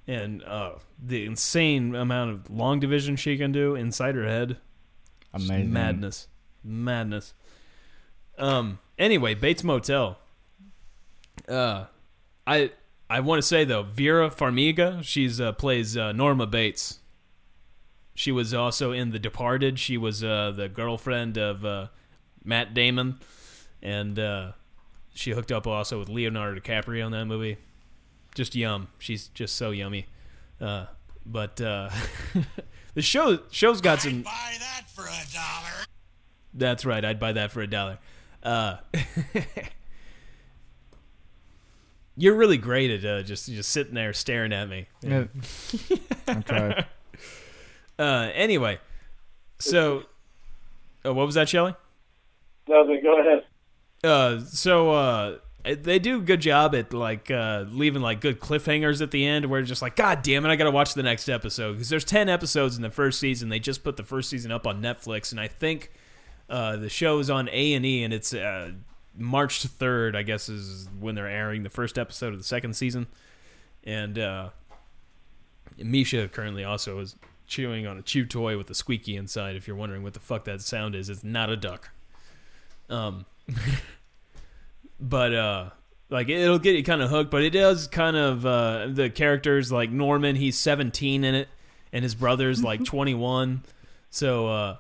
Speaker 4: And uh, the insane amount of long division she can do inside her head. Just
Speaker 5: Amazing.
Speaker 4: Madness. Madness. Um anyway, Bates Motel. Uh I I want to say though, Vera Farmiga, she's uh, plays uh, Norma Bates. She was also in The Departed. She was uh, the girlfriend of uh, Matt Damon and uh, she hooked up also with Leonardo DiCaprio in that movie. Just yum. She's just so yummy. Uh, but uh, the show show's got some
Speaker 3: Buy that for a dollar.
Speaker 4: That's right. I'd buy that for a dollar. Uh, you're really great at uh, just just sitting there staring at me.
Speaker 5: Yeah. I tried.
Speaker 4: Uh, anyway, so oh, what was that, Shelley?
Speaker 6: No, then go ahead.
Speaker 4: Uh, so uh, they do a good job at like uh, leaving like good cliffhangers at the end, where it's just like, God damn it, I gotta watch the next episode because there's ten episodes in the first season. They just put the first season up on Netflix, and I think uh, the show is on A and E, and it's uh, March third, I guess, is when they're airing the first episode of the second season. And uh, Misha currently also is chewing on a chew toy with a squeaky inside. If you're wondering what the fuck that sound is, it's not a duck. Um, but uh like it'll get you kind of hooked but it does kind of uh the characters like norman he's 17 in it and his brother's like 21 so uh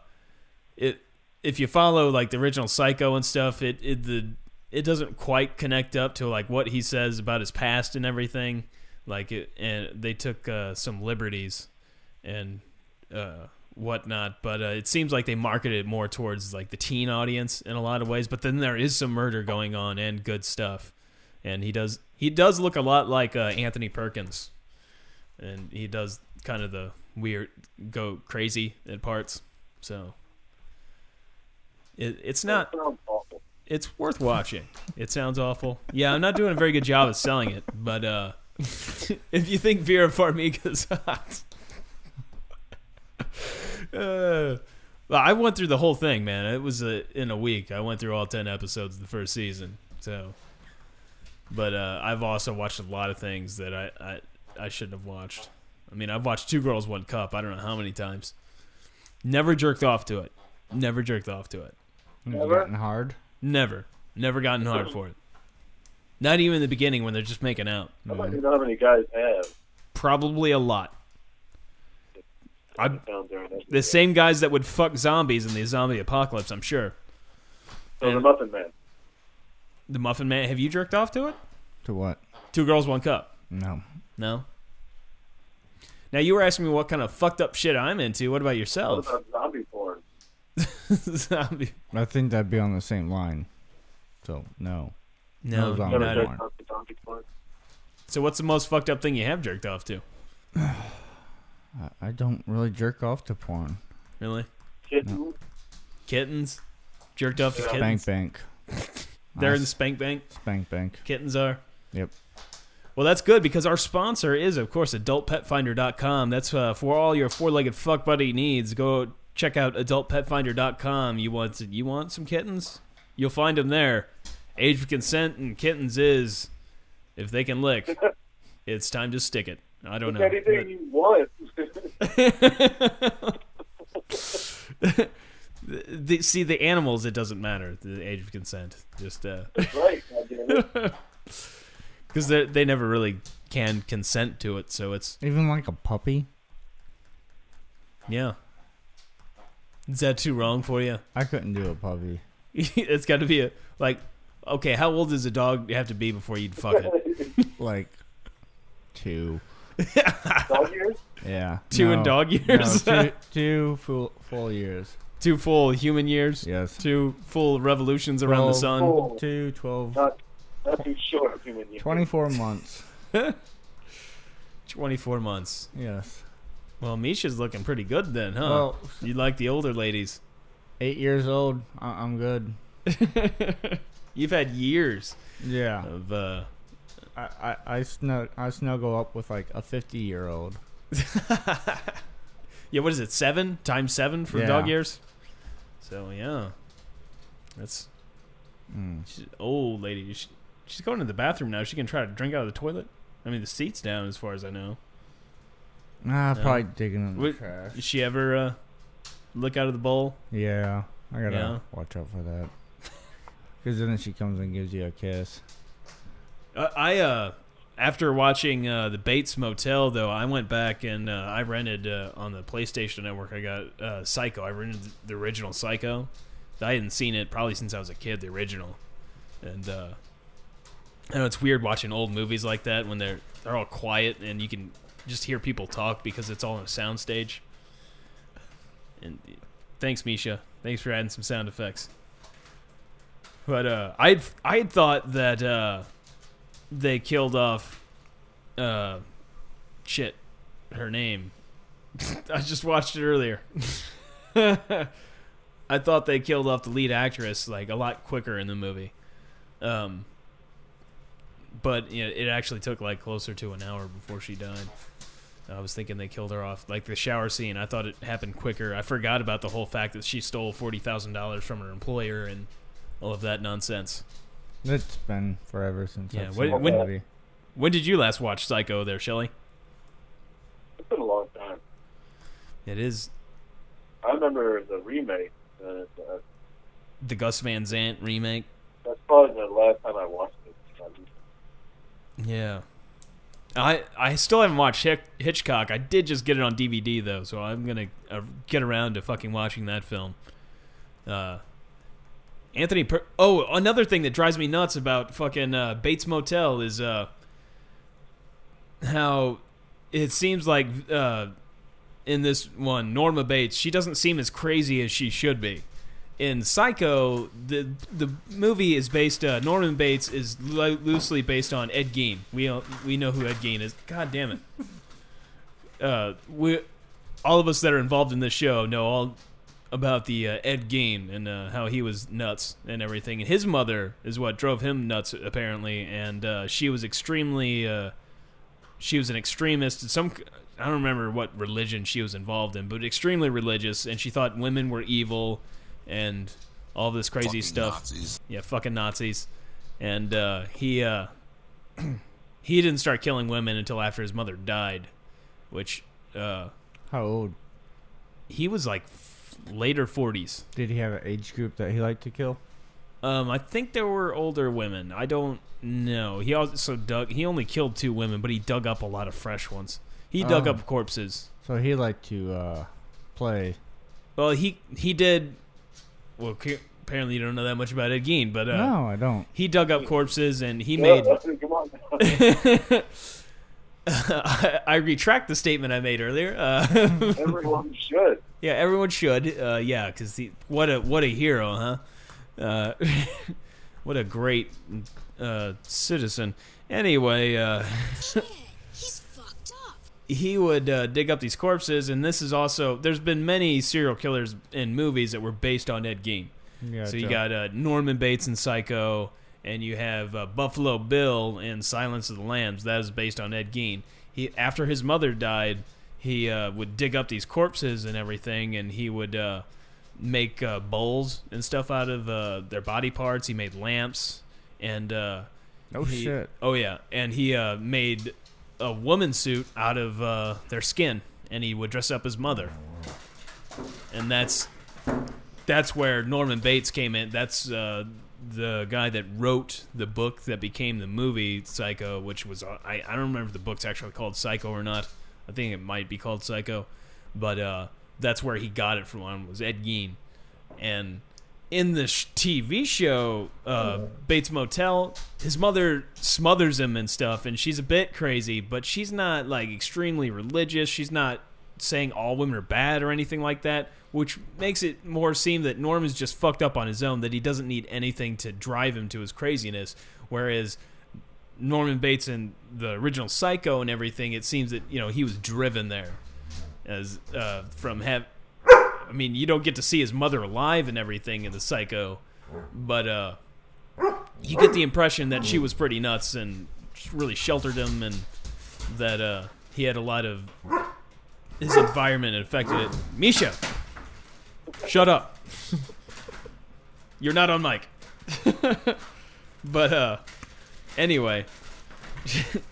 Speaker 4: it if you follow like the original psycho and stuff it it the it doesn't quite connect up to like what he says about his past and everything like it and they took uh some liberties and uh, whatnot. But uh, it seems like they marketed it more towards like the teen audience in a lot of ways. But then there is some murder going on and good stuff. And he does he does look a lot like uh, Anthony Perkins, and he does kind of the weird go crazy at parts. So it, it's not
Speaker 6: That sounds awful.
Speaker 4: it's worth watching. It sounds awful. Yeah, I'm not doing a very good job at selling it, but uh if you think Vera Farmiga's hot. uh, well, I went through the whole thing, man. It was uh in a week. I went through all 10 episodes of the first season. So but uh I've also watched a lot of things that I I, I shouldn't have watched. I mean, I've watched Two Girls One Cup. I don't know how many times. Never jerked off to it. Never jerked off to it.
Speaker 5: It's Getting hard.
Speaker 4: Never. Never gotten hard for it. Not even in the beginning when they're just making out.
Speaker 6: I don't even know how many guys have.
Speaker 4: Probably a lot. I,
Speaker 6: found during that video.
Speaker 4: the same guys that would fuck zombies in the zombie apocalypse, I'm sure.
Speaker 6: So the Muffin Man.
Speaker 4: The Muffin Man, have you jerked off to it?
Speaker 5: To what?
Speaker 4: Two girls, one cup.
Speaker 5: No.
Speaker 4: No. Now you were asking me what kind of fucked up shit I'm into. What about
Speaker 6: What
Speaker 4: yourself?
Speaker 6: about zombie porn?
Speaker 4: zombie?
Speaker 5: I think that'd be on the same line. So no.
Speaker 4: No,
Speaker 5: No zombie
Speaker 4: not at
Speaker 5: porn.
Speaker 4: all.
Speaker 6: Jerk off to zombie porn?
Speaker 4: So what's the most fucked up thing you have jerked off to?
Speaker 5: I, I don't really jerk off to porn.
Speaker 4: Really?
Speaker 6: Kitten?
Speaker 4: Kittens? Jerked off to kittens?
Speaker 5: Bank bank.
Speaker 4: They're in
Speaker 5: I
Speaker 4: the spank bank.
Speaker 5: spank bank.
Speaker 4: Kittens are.
Speaker 5: Yep.
Speaker 4: Well, that's good because our sponsor is, of course, AdultPetFinder.com. That's uh, for all your four-legged fuck buddy needs. Go check out AdultPetFinder.com. You want you want some kittens? You'll find them there. Age of consent and kittens is, if they can lick, it's time to stick it. I don't know.
Speaker 6: Anything
Speaker 4: but-
Speaker 6: you want.
Speaker 4: the, see the animals, it doesn't matter. The age of consent, just uh, because
Speaker 6: right. goddamn it.
Speaker 4: they they never really can consent to it. So it's
Speaker 5: Even like a puppy.
Speaker 4: yeah. Is that too wrong for you?
Speaker 5: I couldn't do a puppy.
Speaker 4: it's got to be a like. Okay, how old does a dog have to be before you'd fuck it?
Speaker 5: Like two.
Speaker 6: Dog ears?
Speaker 5: Yeah.
Speaker 4: Two in
Speaker 5: No.
Speaker 4: dog years,
Speaker 5: No, two two full full years.
Speaker 4: two full human years,
Speaker 5: Yes.
Speaker 4: two full revolutions around the
Speaker 5: Full-
Speaker 4: sun.
Speaker 6: Full.
Speaker 5: Two, 12,
Speaker 6: Not, not too short. Human ears.
Speaker 5: 24 months.
Speaker 4: Twenty-four months.
Speaker 5: Yes.
Speaker 4: Well, Misha's looking pretty good then, huh?
Speaker 5: Well,
Speaker 4: you like the older ladies.
Speaker 5: eight years old. I- I'm good.
Speaker 4: You've had years
Speaker 5: Yeah.
Speaker 4: of uh,
Speaker 5: I, I, I, snug- I snuggle up with like a 50 year old.
Speaker 4: yeah. What is it? Seven times seven for
Speaker 5: Yeah.
Speaker 4: dog years. So yeah, that's
Speaker 6: Hmm.
Speaker 4: she's an old lady. She, she's going to the bathroom now. She can try to drink out of the toilet. I mean, the seat's down as far as I know.
Speaker 5: Ah, probably digging in the
Speaker 4: Wait.
Speaker 5: trash.
Speaker 4: Does she ever uh, look out of the bowl?
Speaker 5: Yeah. I gotta
Speaker 4: Yeah.
Speaker 5: watch out for that. Because then she comes and gives you a kiss.
Speaker 4: Uh, I uh, after watching uh, the Bates Motel though, I went back and uh, I rented uh, on the PlayStation Network. I got uh, Psycho. I rented the original Psycho. I hadn't seen it probably since I was a kid, the original. And uh, I know it's weird watching old movies like that when they're they're all quiet and you can just hear people talk because it's all on a soundstage. And thanks, Misha. Thanks for adding some sound effects. But uh, I I had thought that. Uh, they killed off uh shit her name i just watched it earlier i thought they killed off the lead actress like a lot quicker in the movie um but you know, it actually took like closer to an hour before she died i was thinking they killed her off like the shower scene i thought it happened quicker i forgot about the whole fact that she stole $40000 from her employer and all of that nonsense
Speaker 5: It's been forever since
Speaker 4: Yeah,
Speaker 5: I've
Speaker 4: what-
Speaker 5: seen that
Speaker 4: when-
Speaker 5: movie.
Speaker 4: when did you last watch psycho there shelly
Speaker 6: It's been a long time.
Speaker 4: It is
Speaker 6: I remember the remake. Uh, uh,
Speaker 4: the Gus Van Zant remake.
Speaker 6: that's probably the last time I watched it.
Speaker 4: Yeah. I I still haven't watched Hick, Hitchcock. I did just get it on DVD though, so I'm gonna uh, get around to fucking watching that film. Uh, Anthony. Per- oh, another thing that drives me nuts about fucking uh, Bates Motel is uh, how it seems like uh, in this one Norma Bates she doesn't seem as crazy as she should be. in Psycho, the the movie is based. Uh, Norman Bates is lo- loosely based on Ed Gein. We all- we know who Ed Gein is. God damn it. Uh, we all of us that are involved in this show know all about the uh, Ed Gein and uh, how he was nuts and everything. And his mother is what drove him nuts apparently, and uh, she was extremely. Uh, she was an extremist in some I don't remember what religion she was involved in, but extremely religious and she thought women were evil and all this crazy stuff. Yeah, fucking Nazis. And uh, he uh, he didn't start killing women until after his mother died, which uh,
Speaker 5: How old?
Speaker 4: he was like f- later 40s.
Speaker 5: Did he have an age group that he liked to kill?
Speaker 4: Um, I think there were older women. I don't know. He also dug. He only killed two women, but he dug up a lot of fresh ones. He dug
Speaker 5: Oh.
Speaker 4: up corpses.
Speaker 5: So he liked to uh, play.
Speaker 4: Well, he he did. Well, ca- apparently you don't know that much about Ed Gein, but uh,
Speaker 5: No, I don't.
Speaker 4: he dug up corpses and he made.
Speaker 6: Come on.
Speaker 4: I, I retract the statement I made earlier. Uh,
Speaker 6: Everyone should.
Speaker 4: yeah, everyone should. Uh, yeah, because what a what a hero, huh? Uh, what a great uh, citizen. Anyway. Uh,
Speaker 7: He's fucked up.
Speaker 4: he would uh, dig up these corpses, and this is also there's been many serial killers in movies that were based on Ed Gein. So you got uh, Norman Bates in Psycho, and you have uh, Buffalo Bill in Silence of the Lambs. That is based on Ed Gein. He after his mother died, he uh, would dig up these corpses and everything, and he would uh, make uh, bowls and stuff out of uh, their body parts. He made lamps, and uh,
Speaker 5: Oh
Speaker 4: he-
Speaker 5: shit.
Speaker 4: Oh yeah, and he uh, made a woman suit out of uh, their skin, and he would dress up as mother. And that's that's where Norman Bates came in. That's uh, the guy that wrote the book that became the movie Psycho, which was uh, I, I don't remember if the book's actually called Psycho or not. I think it might be called Psycho, but uh, that's where he got it from. Was Ed Gein, and in the sh- TV show uh, Bates Motel, his mother smothers him and stuff, and she's a bit crazy, but she's not like extremely religious. She's not saying all women are bad or anything like that, which makes it more seem that Norm is just fucked up on his own, that he doesn't need anything to drive him to his craziness. Whereas Norman Bates and the original Psycho and everything, it seems that you know he was driven there as uh, from have. I mean, you don't get to see his mother alive and everything in the Psycho, but uh, you get the impression that she was pretty nuts and really sheltered him, and that uh, he had a lot of his environment affected it. Misha, shut up. You're not on mic. but uh, anyway,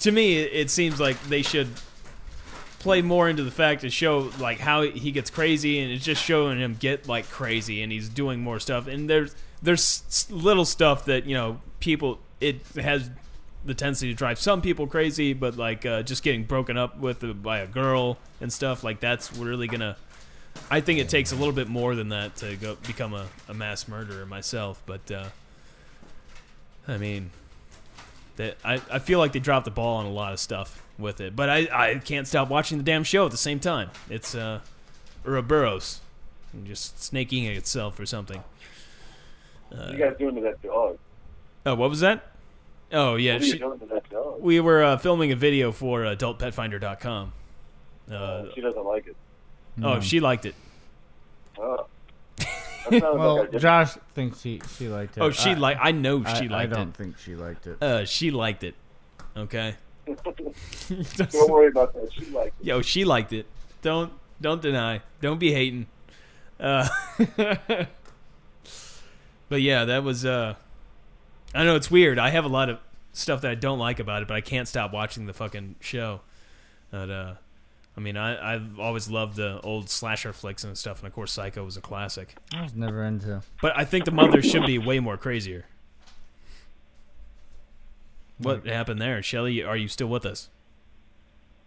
Speaker 4: to me, it, it seems like they should play more into the fact to show like how he gets crazy, and it's just showing him get like crazy, and he's doing more stuff. And there's there's s- little stuff that you know people it has the tendency to drive some people crazy, but like uh, just getting broken up with uh, by a girl and stuff like that's really gonna. I think it takes a little bit more than that to go become a, a mass murderer myself, but uh, I mean, that I, I feel like they dropped the ball on a lot of stuff with it, but I, I can't stop watching the damn show at the same time. It's uh, Ouroboros, just snaking itself or something. Uh,
Speaker 6: What are you guys doing to that dog?
Speaker 4: Oh, what was that? Oh yeah,
Speaker 6: What are you
Speaker 4: she-
Speaker 6: doing to that dog?
Speaker 4: we were uh, filming a video for AdultPetFinder.com. Uh,
Speaker 6: she doesn't like it.
Speaker 4: Oh, she liked it.
Speaker 6: Oh. That sounds
Speaker 5: Well,
Speaker 6: like I did.
Speaker 5: Josh thinks he she liked it.
Speaker 4: Oh, she
Speaker 5: I-
Speaker 4: like I know
Speaker 5: I,
Speaker 4: she
Speaker 5: I
Speaker 4: liked it.
Speaker 5: don't think she liked it.
Speaker 4: Uh, she liked it. Okay.
Speaker 6: Don't worry about that. She likes it.
Speaker 4: Yo, she liked it. Don't don't deny. Don't be hating. Uh, but yeah, that was. Uh, I know it's weird. I have a lot of stuff that I don't like about it, but I can't stop watching the fucking show. But uh, I mean, I I've always loved the old slasher flicks and stuff, and of course, Psycho was a classic.
Speaker 5: I was never into.
Speaker 4: But I think the mother should be way more crazier. What happened there, Shelly? Are you still with us?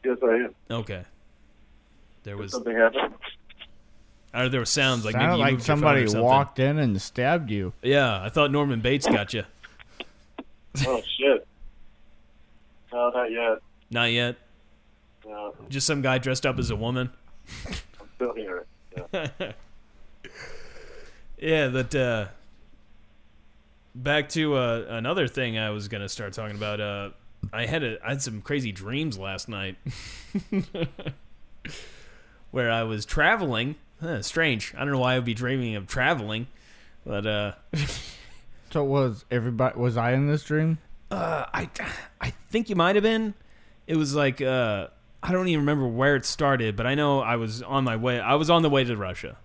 Speaker 6: Yes, I am.
Speaker 4: Okay. There was
Speaker 6: Something happened.
Speaker 4: or there were sounds like maybe
Speaker 5: Sounded
Speaker 4: you
Speaker 5: like
Speaker 4: moved your phone
Speaker 5: somebody
Speaker 4: or something.
Speaker 5: walked in and stabbed you.
Speaker 4: Yeah, I thought Norman Bates got you.
Speaker 6: Oh, shit. No, not yet.
Speaker 4: Not yet.
Speaker 6: No,
Speaker 4: Just some guy dressed up as a woman.
Speaker 6: I'm still here. Yeah.
Speaker 4: Yeah, that uh back to uh another thing I was going to start talking about uh I had a I had some crazy dreams last night. Where I was traveling. Huh, strange. I don't know why I would be dreaming of traveling, but uh
Speaker 5: So was everybody? Was I in this dream?
Speaker 4: uh, I, I think you might have been. It was like uh, I don't even remember where it started, but I know I was on my way. I was on the way to Russia,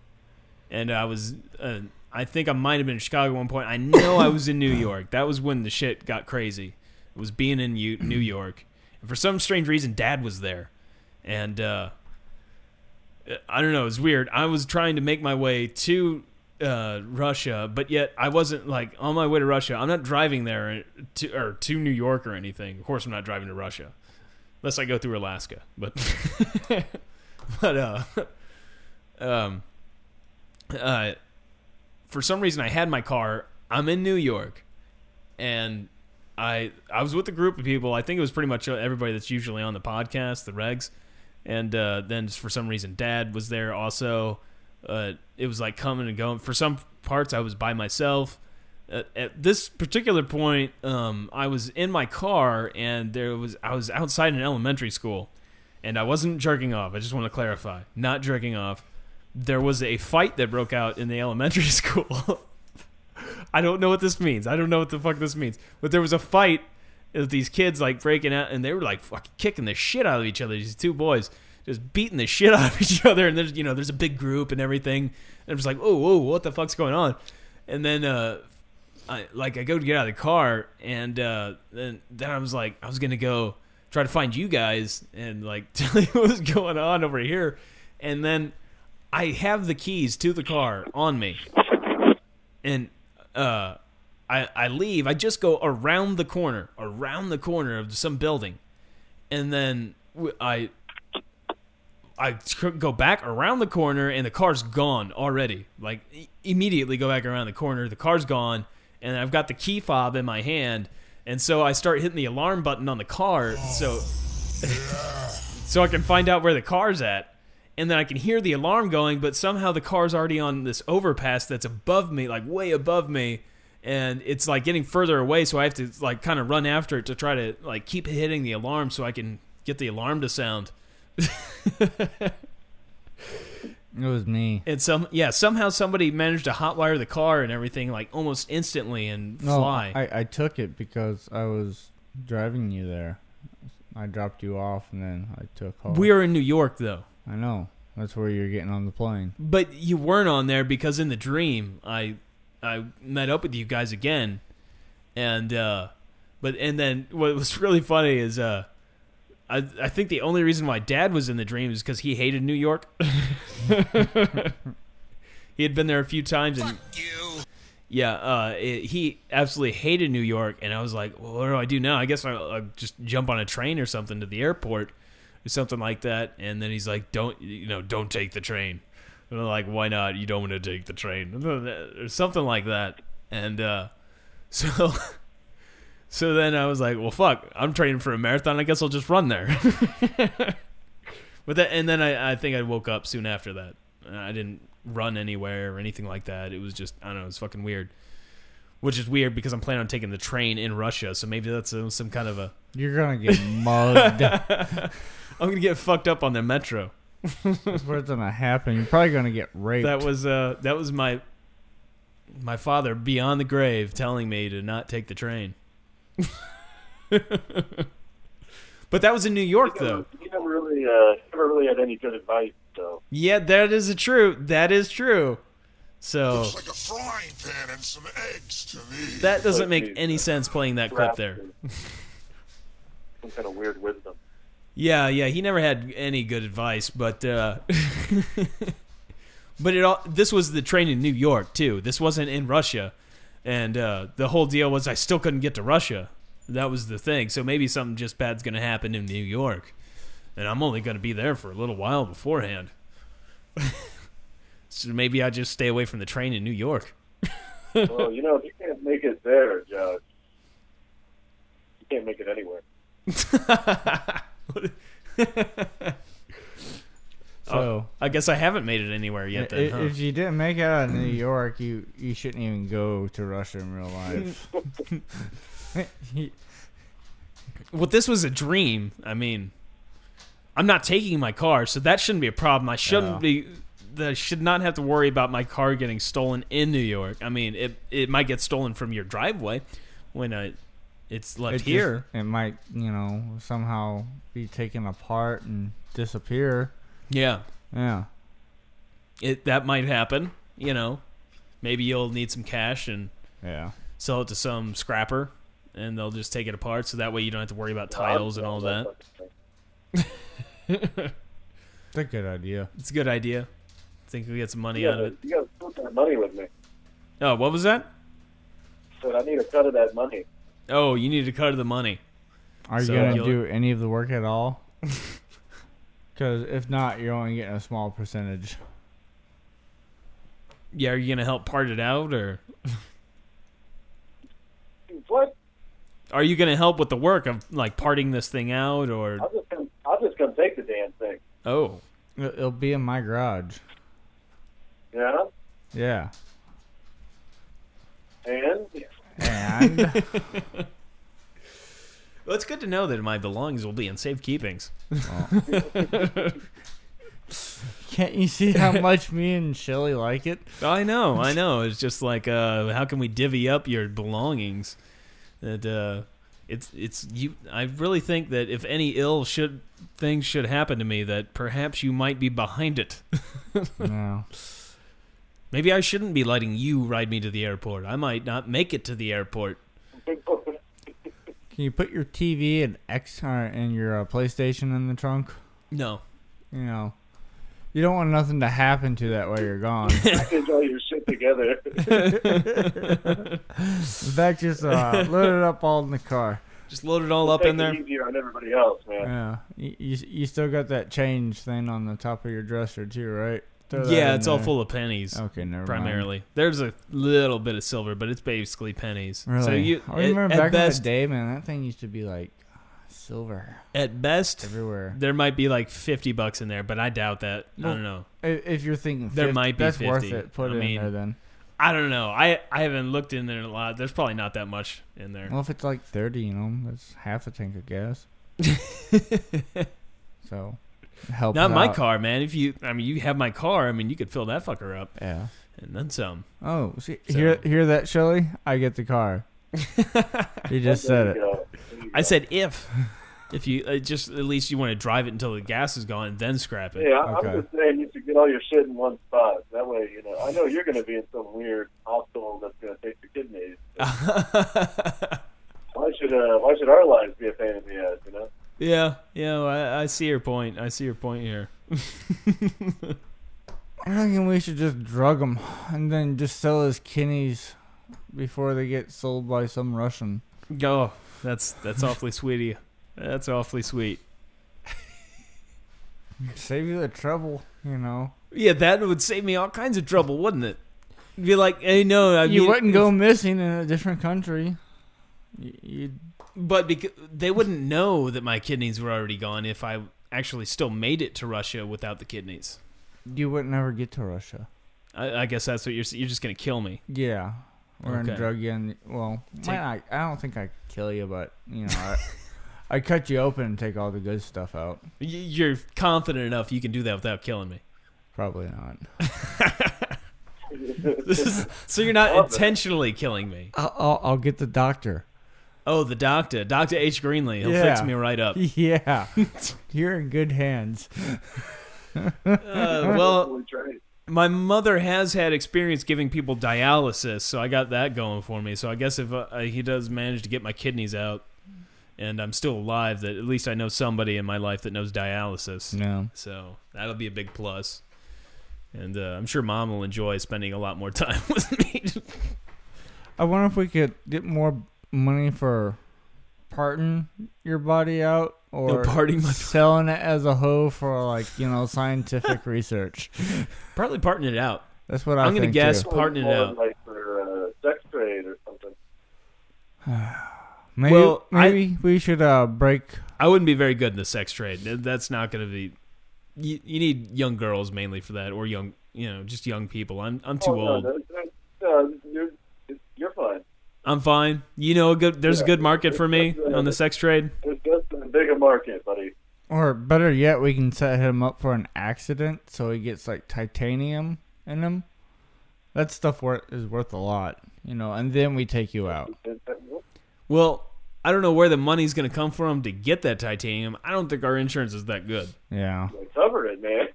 Speaker 4: and I was. Uh, I think I might have been in Chicago at one point. I know I was in New York. That was when the shit got crazy. It was being in U- New York, and for some strange reason, Dad was there, and uh, I don't know. It was weird. I was trying to make my way to uh, Russia, but yet I wasn't like on my way to Russia. I'm not driving there to or to New York or anything. Of course, I'm not driving to Russia, unless I go through Alaska. But but uh, um, uh, for some reason I had my car. I'm in New York, and I I was with a group of people. I think it was pretty much everybody that's usually on the podcast, the regs, and uh, then just for some reason Dad was there also. Uh, it was like coming and going. For some parts, I was by myself. At, at this particular point, um, I was in my car and there was I was outside an elementary school, and I wasn't jerking off. I just want to clarify, not jerking off. There was a fight that broke out in the elementary school. I don't know what this means. I don't know what the fuck this means. But there was a fight of these kids like breaking out, and they were like fucking kicking the shit out of each other. These two boys just beating the shit out of each other, and there's you know there's a big group and everything. And I'm just like, oh, whoa, what the fuck's going on? And then uh, I like I go to get out of the car, and uh, then then I was like, I was gonna go try to find you guys and like tell you what was going on over here, and then. I have the keys to the car on me, and uh, I I leave. I just go around the corner, around the corner of some building, and then w- I I cr- go back around the corner, and the car's gone already. Like i- immediately go back around the corner, the car's gone, and I've got the key fob in my hand, and so I start hitting the alarm button on the car, so so I can find out where the car's at. And then I can hear the alarm going, but somehow the car's already on this overpass that's above me, like way above me, and it's like getting further away. So I have to like kind of run after it to try to like keep hitting the alarm so I can get the alarm to sound.
Speaker 5: It was me.
Speaker 4: and some yeah, somehow somebody managed to hotwire the car and everything like almost instantly and
Speaker 5: No,
Speaker 4: fly.
Speaker 5: I, I took it because I was driving you there. I dropped you off and then I took home.
Speaker 4: we are in New York though.
Speaker 5: I know. That's where you're getting on the plane.
Speaker 4: But you weren't on there because in the dream I I met up with you guys again, and uh, but and then what was really funny is uh, I I think the only reason why Dad was in the dream is because he hated New York. he had been there a few times and
Speaker 3: You.
Speaker 4: yeah, uh, it, he absolutely hated New York, and I was like, well, what do I do now? I guess I, I'll just jump on a train or something to the airport or something like that. And then he's like, don't you know, don't take the train. And I'm like, why not? You don't want to take the train uh, or something like that. And uh, so, so then I was like, well, fuck, I'm training for a marathon. I guess I'll just run there. but that, and then I, I think I woke up soon after that. And I didn't run anywhere or anything like that. It was just, I don't know, it's fucking weird. Which is weird because I'm planning on taking the train in Russia, so maybe that's uh, some kind of a.
Speaker 5: You're gonna get mugged.
Speaker 4: I'm gonna get fucked up on the metro.
Speaker 5: That's what's gonna happen. You're probably gonna get raped.
Speaker 4: That was uh, that was my my father beyond the grave telling me to not take the train. but that was in New York, though.
Speaker 6: He never really, uh, he never really had any good advice, so
Speaker 4: Yeah, that is true. That is true. So
Speaker 3: Looks like a frying pan and some eggs to me.
Speaker 4: that doesn't make any sense playing that clip there.
Speaker 6: some kind of weird wisdom.
Speaker 4: Yeah, yeah, he never had any good advice, but uh but it all this was the train in New York too. This wasn't in Russia. And uh the whole deal was I still couldn't get to Russia. That was the thing. So maybe something just bad's going to happen in New York. And I'm only going to be there for a little while beforehand. so maybe I just stay away from the train in New York.
Speaker 6: well, you know, if you can't make it there, Josh, you can't make it anywhere.
Speaker 5: so.
Speaker 4: I guess I haven't made it anywhere yet then.
Speaker 5: if,
Speaker 4: huh?
Speaker 5: if you didn't make it out of New York, you you shouldn't even go to Russia in real life. You-
Speaker 4: well, this was a dream. I mean, I'm not taking my car, so that shouldn't be a problem. I shouldn't
Speaker 5: No.
Speaker 4: be. I should not have to worry about my car getting stolen in New York. I mean, it it might get stolen from your driveway when I, it's
Speaker 5: it
Speaker 4: left
Speaker 5: just-
Speaker 4: here.
Speaker 5: it might you know somehow be taken apart and disappear.
Speaker 4: yeah,
Speaker 5: Yeah,
Speaker 4: it that might happen. You know, maybe you'll need some cash and
Speaker 5: yeah.
Speaker 4: sell it to some scrapper, and they'll just take it apart. So that way you don't have to worry about titles and all that.
Speaker 5: That's a good idea.
Speaker 4: It's a good idea. Think we get some money
Speaker 6: You
Speaker 4: out of
Speaker 6: gotta,
Speaker 4: it.
Speaker 6: you gotta, that money with me.
Speaker 4: Oh, what was that?
Speaker 6: Said I need a cut of that money.
Speaker 4: Oh, you need to cut the money.
Speaker 5: Are you
Speaker 4: So
Speaker 5: gonna
Speaker 4: you'll-
Speaker 5: do any of the work at all? Because if not, you're only getting a small percentage.
Speaker 4: Yeah, are you gonna help part it out, or
Speaker 6: What?
Speaker 4: are you gonna help with the work of like parting this thing out, or
Speaker 6: I'll just come. I'll just come take the damn thing.
Speaker 4: oh,
Speaker 5: It- It'll be in my garage.
Speaker 6: Yeah.
Speaker 5: Yeah.
Speaker 6: And
Speaker 5: And
Speaker 4: well, it's good to know that my belongings will be in safe keepings.
Speaker 5: can't you see how much me and Shelly like it?
Speaker 4: Oh, I know, I know. It's just like, uh, how can we divvy up your belongings? That uh, it's it's you. I really think that if any ill should things should happen to me, that perhaps you might be behind it.
Speaker 5: No.
Speaker 4: Maybe I shouldn't be letting you ride me to the airport. I might not make it to the airport.
Speaker 5: Can you put your TV and X or, and your uh, PlayStation in the trunk?
Speaker 4: No.
Speaker 5: You know, you don't want nothing to happen to that while you're gone.
Speaker 6: package all your shit together.
Speaker 5: that just uh, load it up all in the car.
Speaker 4: Just load it all up in there.
Speaker 6: Make it easier on everybody else, man.
Speaker 5: Yeah, you, you you still got that change thing on the top of your dresser too, right? Throw that
Speaker 4: Yeah,
Speaker 5: in
Speaker 4: it's all
Speaker 5: there.
Speaker 4: full of pennies.
Speaker 5: Okay, never mind.
Speaker 4: Primarily, there's a little bit of silver, but it's basically pennies.
Speaker 5: Really?
Speaker 4: So you,
Speaker 5: I
Speaker 4: at,
Speaker 5: remember
Speaker 4: at
Speaker 5: back in
Speaker 4: best,
Speaker 5: the day, man, that thing used to be like silver
Speaker 4: at best,
Speaker 5: everywhere.
Speaker 4: there might be like fifty bucks in there, but I doubt that. I don't know.
Speaker 5: I- If you're thinking
Speaker 4: There
Speaker 5: 50,
Speaker 4: might be
Speaker 5: that's worth
Speaker 4: 50.
Speaker 5: it. Put
Speaker 4: I
Speaker 5: it
Speaker 4: mean-
Speaker 5: in there then.
Speaker 4: I don't know. I I haven't looked in there a lot. There's probably not that much in there.
Speaker 5: Well, if it's like thirty, you know, that's half a tank of gas. so help.
Speaker 4: not
Speaker 5: it
Speaker 4: my
Speaker 5: out.
Speaker 4: car, man. If you, I mean, you have my car. I mean, you could fill that fucker up
Speaker 5: Yeah.
Speaker 4: and then some.
Speaker 5: Oh, see,
Speaker 4: So-
Speaker 5: hear hear that, Shelly? I get the car. you just said
Speaker 6: There you
Speaker 5: it.
Speaker 6: go. There you
Speaker 4: I
Speaker 6: go.
Speaker 4: said if. If you uh, just at least you want to drive it until the gas is gone and then scrap it.
Speaker 6: Yeah, I-
Speaker 5: Okay.
Speaker 6: I'm just saying you should get all your shit in one spot. That way, you know, I know you're going to be in some weird hospital that's going to take your kidneys. Why should uh, Why should our lives be a pain in the ass? You know,
Speaker 4: yeah, yeah. well, I, I see your point. I see your point here.
Speaker 5: I'm thinking we should just drug him and then just sell his kidneys before they get sold by some Russian.
Speaker 4: Go. Oh, That's that's awfully sweet of you. That's awfully sweet.
Speaker 5: Save you the trouble, you know.
Speaker 4: Yeah, that would save me all kinds of trouble, wouldn't it? Be like, hey, no, I
Speaker 5: you
Speaker 4: mean-
Speaker 5: wouldn't go missing in a different country. You, you'd,
Speaker 4: but because they wouldn't know that my kidneys were already gone if I actually still made it to Russia without the kidneys.
Speaker 5: you wouldn't ever get to Russia.
Speaker 4: I, I guess that's what you're. s- You're just gonna kill me.
Speaker 5: Yeah. We're
Speaker 4: Okay.
Speaker 5: gonna drug you in. Well, might
Speaker 4: Take-
Speaker 5: not- I don't think I could kill you, but you know, I, I cut you open and take all the good stuff out.
Speaker 4: Y- You're confident enough you can do that without killing me.
Speaker 5: Probably not.
Speaker 4: This is- so you're not
Speaker 6: Love it.
Speaker 4: intentionally killing me.
Speaker 5: I'll, I'll, I'll get the doctor.
Speaker 4: Oh, the doctor, Doctor H Greenlee, he'll fix
Speaker 5: Yeah.
Speaker 4: me right up.
Speaker 5: Yeah, you're in good hands.
Speaker 4: Uh, well,
Speaker 6: Holy train.
Speaker 4: my mother has had experience giving people dialysis, so I got that going for me. So I guess if uh, he does manage to get my kidneys out and I'm still alive, that at least I know somebody in my life that knows dialysis.
Speaker 5: No.
Speaker 4: So that'll be a big plus. And uh, I'm sure mom will enjoy spending a lot more time with me.
Speaker 5: I wonder if we could get more money for parting your body out or
Speaker 4: parting my-
Speaker 5: selling it as a hoe for like you know scientific research.
Speaker 4: Probably parting it out.
Speaker 5: That's what I
Speaker 4: I'm gonna
Speaker 5: think,
Speaker 4: guess-
Speaker 5: too.
Speaker 4: Parting it
Speaker 6: Or
Speaker 4: out.
Speaker 6: like for uh, sex trade or something.
Speaker 5: Maybe,
Speaker 4: Well, I-
Speaker 5: maybe we should uh, break.
Speaker 4: I wouldn't be very good in the sex trade. Th- That's not going to be. You, you need young girls mainly for that, or young, you know, just young people. I'm I'm too
Speaker 6: oh,
Speaker 4: old.
Speaker 6: No, that- that- no, you're, it's- you're fine.
Speaker 4: I'm fine. You know, a good there's a
Speaker 6: Yeah.
Speaker 4: good market for me on the sex trade.
Speaker 6: There's just a bigger market, buddy.
Speaker 5: Or better yet, we can set him up for an accident so he gets like titanium in him. That stuff wor- is worth a lot, you know. And then we take you out.
Speaker 6: Is that- whoop.
Speaker 4: Well, I don't know where the money's going to come from to get that titanium. I don't think our insurance is that good.
Speaker 5: Yeah.
Speaker 6: They Cover it, man.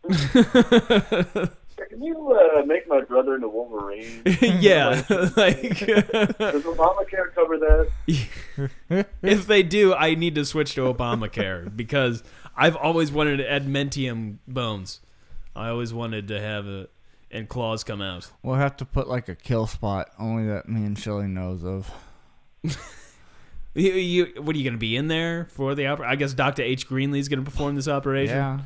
Speaker 6: Can you uh, make my brother into Wolverine?
Speaker 4: yeah, like
Speaker 6: Does Obamacare cover that?
Speaker 4: if they do, I need to switch to Obamacare because I've always wanted adamantium bones. I always wanted to have a and claws come out.
Speaker 5: We'll have to put like a kill spot, only that me and Shelly knows of.
Speaker 4: You, you, what are you going to be in there for the opera? I guess Doctor H Greenlee's going to perform this operation.
Speaker 5: Yeah,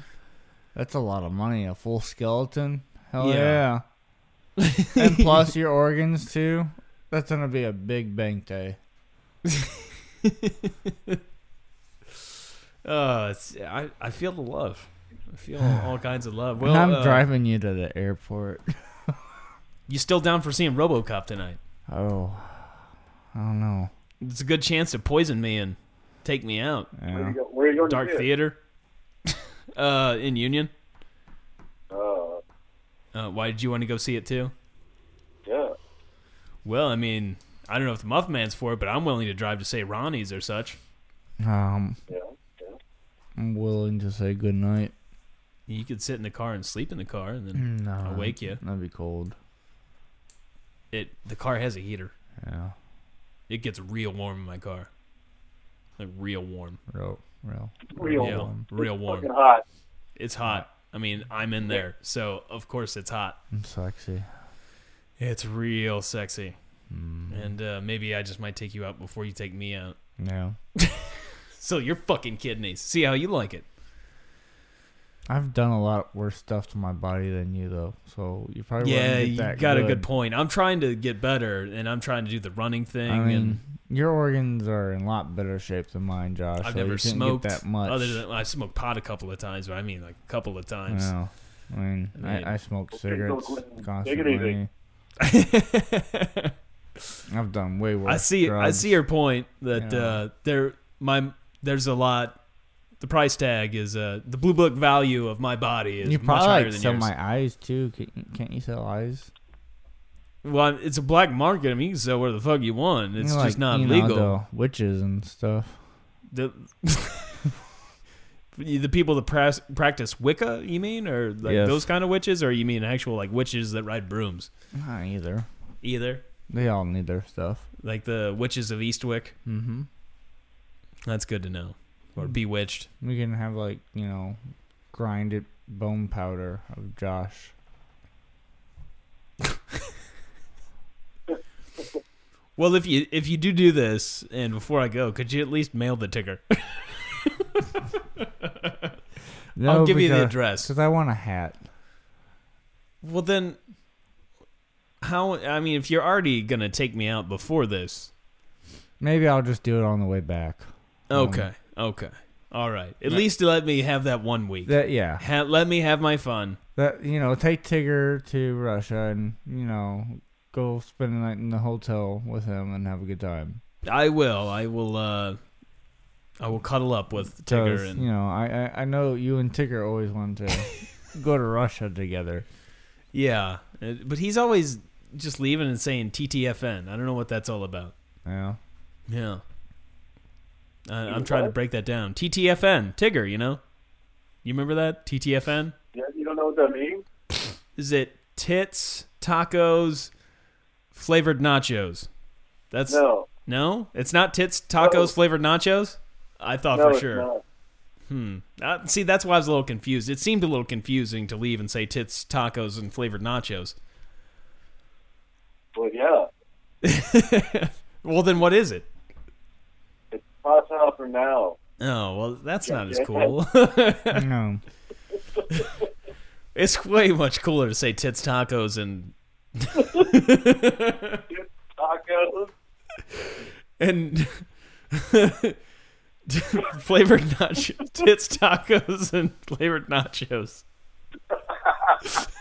Speaker 5: that's a lot of money. A full skeleton. Hell yeah.
Speaker 4: Yeah.
Speaker 5: and plus your organs too. That's gonna be a big bank day.
Speaker 4: Uh, it's, I I feel the love. I feel all kinds of love. Well,
Speaker 5: and I'm
Speaker 4: uh,
Speaker 5: driving you to the airport.
Speaker 4: You still down for seeing RoboCop tonight?
Speaker 5: Oh, I don't know.
Speaker 4: It's a good chance to poison me and take me out.
Speaker 6: Where
Speaker 5: Yeah.
Speaker 6: you go? Where you going
Speaker 4: Dark
Speaker 6: to see it?
Speaker 4: theater. uh, in Union.
Speaker 6: Uh,
Speaker 4: Uh, why did you want to go see it too?
Speaker 6: yeah.
Speaker 4: Well, I mean, I don't know if the Muff Man's for it, but I'm willing to drive to say Ronnie's or such.
Speaker 5: Um,
Speaker 6: Yeah. Yeah.
Speaker 5: I'm willing to say good night.
Speaker 4: You could sit in the car and sleep in the car, and then
Speaker 5: No,
Speaker 4: I'll wake ya.
Speaker 5: That'd be cold.
Speaker 4: it the car has a heater.
Speaker 5: Yeah,
Speaker 4: It gets real warm in my car. Like real warm.
Speaker 5: real, real.
Speaker 6: Real
Speaker 4: Yeah,
Speaker 5: warm.
Speaker 4: real warm.
Speaker 6: Fucking hot.
Speaker 4: It's hot. I mean, I'm in there, so of course it's hot.
Speaker 5: I'm sexy.
Speaker 4: It's real sexy. And uh, maybe I just might take you out before you take me out.
Speaker 5: Yeah,
Speaker 4: So your fucking kidneys. See how you like it.
Speaker 5: I've done a lot worse stuff to my body than you though, so you probably
Speaker 4: yeah,
Speaker 5: wouldn't
Speaker 4: you
Speaker 5: get that
Speaker 4: got a good point. I'm trying to get better, and I'm trying to do the running thing.
Speaker 5: I mean,
Speaker 4: and
Speaker 5: your organs are in a lot better shape than mine, Josh.
Speaker 4: I've
Speaker 5: so
Speaker 4: never
Speaker 5: you couldn't
Speaker 4: smoked
Speaker 5: get that much.
Speaker 4: Other than I smoked pot a couple of times, but I mean like a couple of times.
Speaker 5: No. I mean,
Speaker 4: I mean-
Speaker 5: I, I smoke
Speaker 6: go,
Speaker 5: cigarettes
Speaker 6: Clinton. Take it
Speaker 5: constantly.
Speaker 6: easy.
Speaker 5: I've done way worse.
Speaker 4: I see. I
Speaker 5: drugs.
Speaker 4: see your point that
Speaker 5: Yeah.
Speaker 4: uh, there, my there's a lot. The price tag is uh, the blue book value of my body is
Speaker 5: You
Speaker 4: much higher
Speaker 5: probably like,
Speaker 4: than
Speaker 5: sell
Speaker 4: yours.
Speaker 5: my eyes too. Can't, can't you sell eyes?
Speaker 4: well, it's a black market. I mean, you can sell where the fuck you want. It's
Speaker 5: You know,
Speaker 4: just
Speaker 5: like,
Speaker 4: not
Speaker 5: you know,
Speaker 4: legal.
Speaker 5: the witches and stuff.
Speaker 4: The the people that pras- practice Wicca, you mean, or like
Speaker 5: Yes.
Speaker 4: those kind of witches, or you mean actual like witches that ride brooms?
Speaker 5: Not either.
Speaker 4: Either
Speaker 5: They all need their stuff.
Speaker 4: like the witches of Eastwick.
Speaker 5: Mm-hmm.
Speaker 4: That's good to know. Or bewitched.
Speaker 5: We can have like you know, grinded bone powder of Josh.
Speaker 4: Well, if you if you do do this, and before I go, could you at least mail the ticker? I'll give you the address.
Speaker 5: because I want a hat.
Speaker 4: Well, then, how? I mean, if you're already gonna take me out before this,
Speaker 5: Maybe I'll just do it on the way back.
Speaker 4: okay, um, okay, all right. At least let me have that one week.
Speaker 5: That yeah.
Speaker 4: ha- let me have my fun.
Speaker 5: That you know, take Tigger to Russia and you know, go spend the night in the hotel with him and have a good time.
Speaker 4: I will. I will. uh I will cuddle up with Tigger
Speaker 5: 'Cause,
Speaker 4: and
Speaker 5: you know, I, I I know you and Tigger always wanted to go to Russia together.
Speaker 4: yeah. Uh, But he's always just leaving and saying TTFN. I don't know what that's all about.
Speaker 5: Yeah.
Speaker 4: Yeah. Uh, I'm trying to break that down. TTFN, Tigger, you know? You remember that? TTFN?
Speaker 6: Yeah, you don't know what that means?
Speaker 4: Is it tits, tacos, flavored nachos? That's
Speaker 6: No.
Speaker 4: No? It's not tits, tacos,
Speaker 6: No.
Speaker 4: flavored nachos? I thought
Speaker 6: no,
Speaker 4: for
Speaker 6: it's
Speaker 4: sure.
Speaker 6: not.
Speaker 4: Hmm. Uh, see, that's why I was a little confused. It seemed a little confusing to leave and say tits, tacos, and flavored nachos.
Speaker 6: Well, yeah.
Speaker 4: Well, then what is it?
Speaker 6: It's hot top for now.
Speaker 4: Oh, well, that's not as
Speaker 6: yeah.
Speaker 4: cool.
Speaker 5: No.
Speaker 4: it's way much cooler to say tits, tacos, and
Speaker 6: Tacos?
Speaker 4: and flavored nachos, tits tacos, and flavored nachos.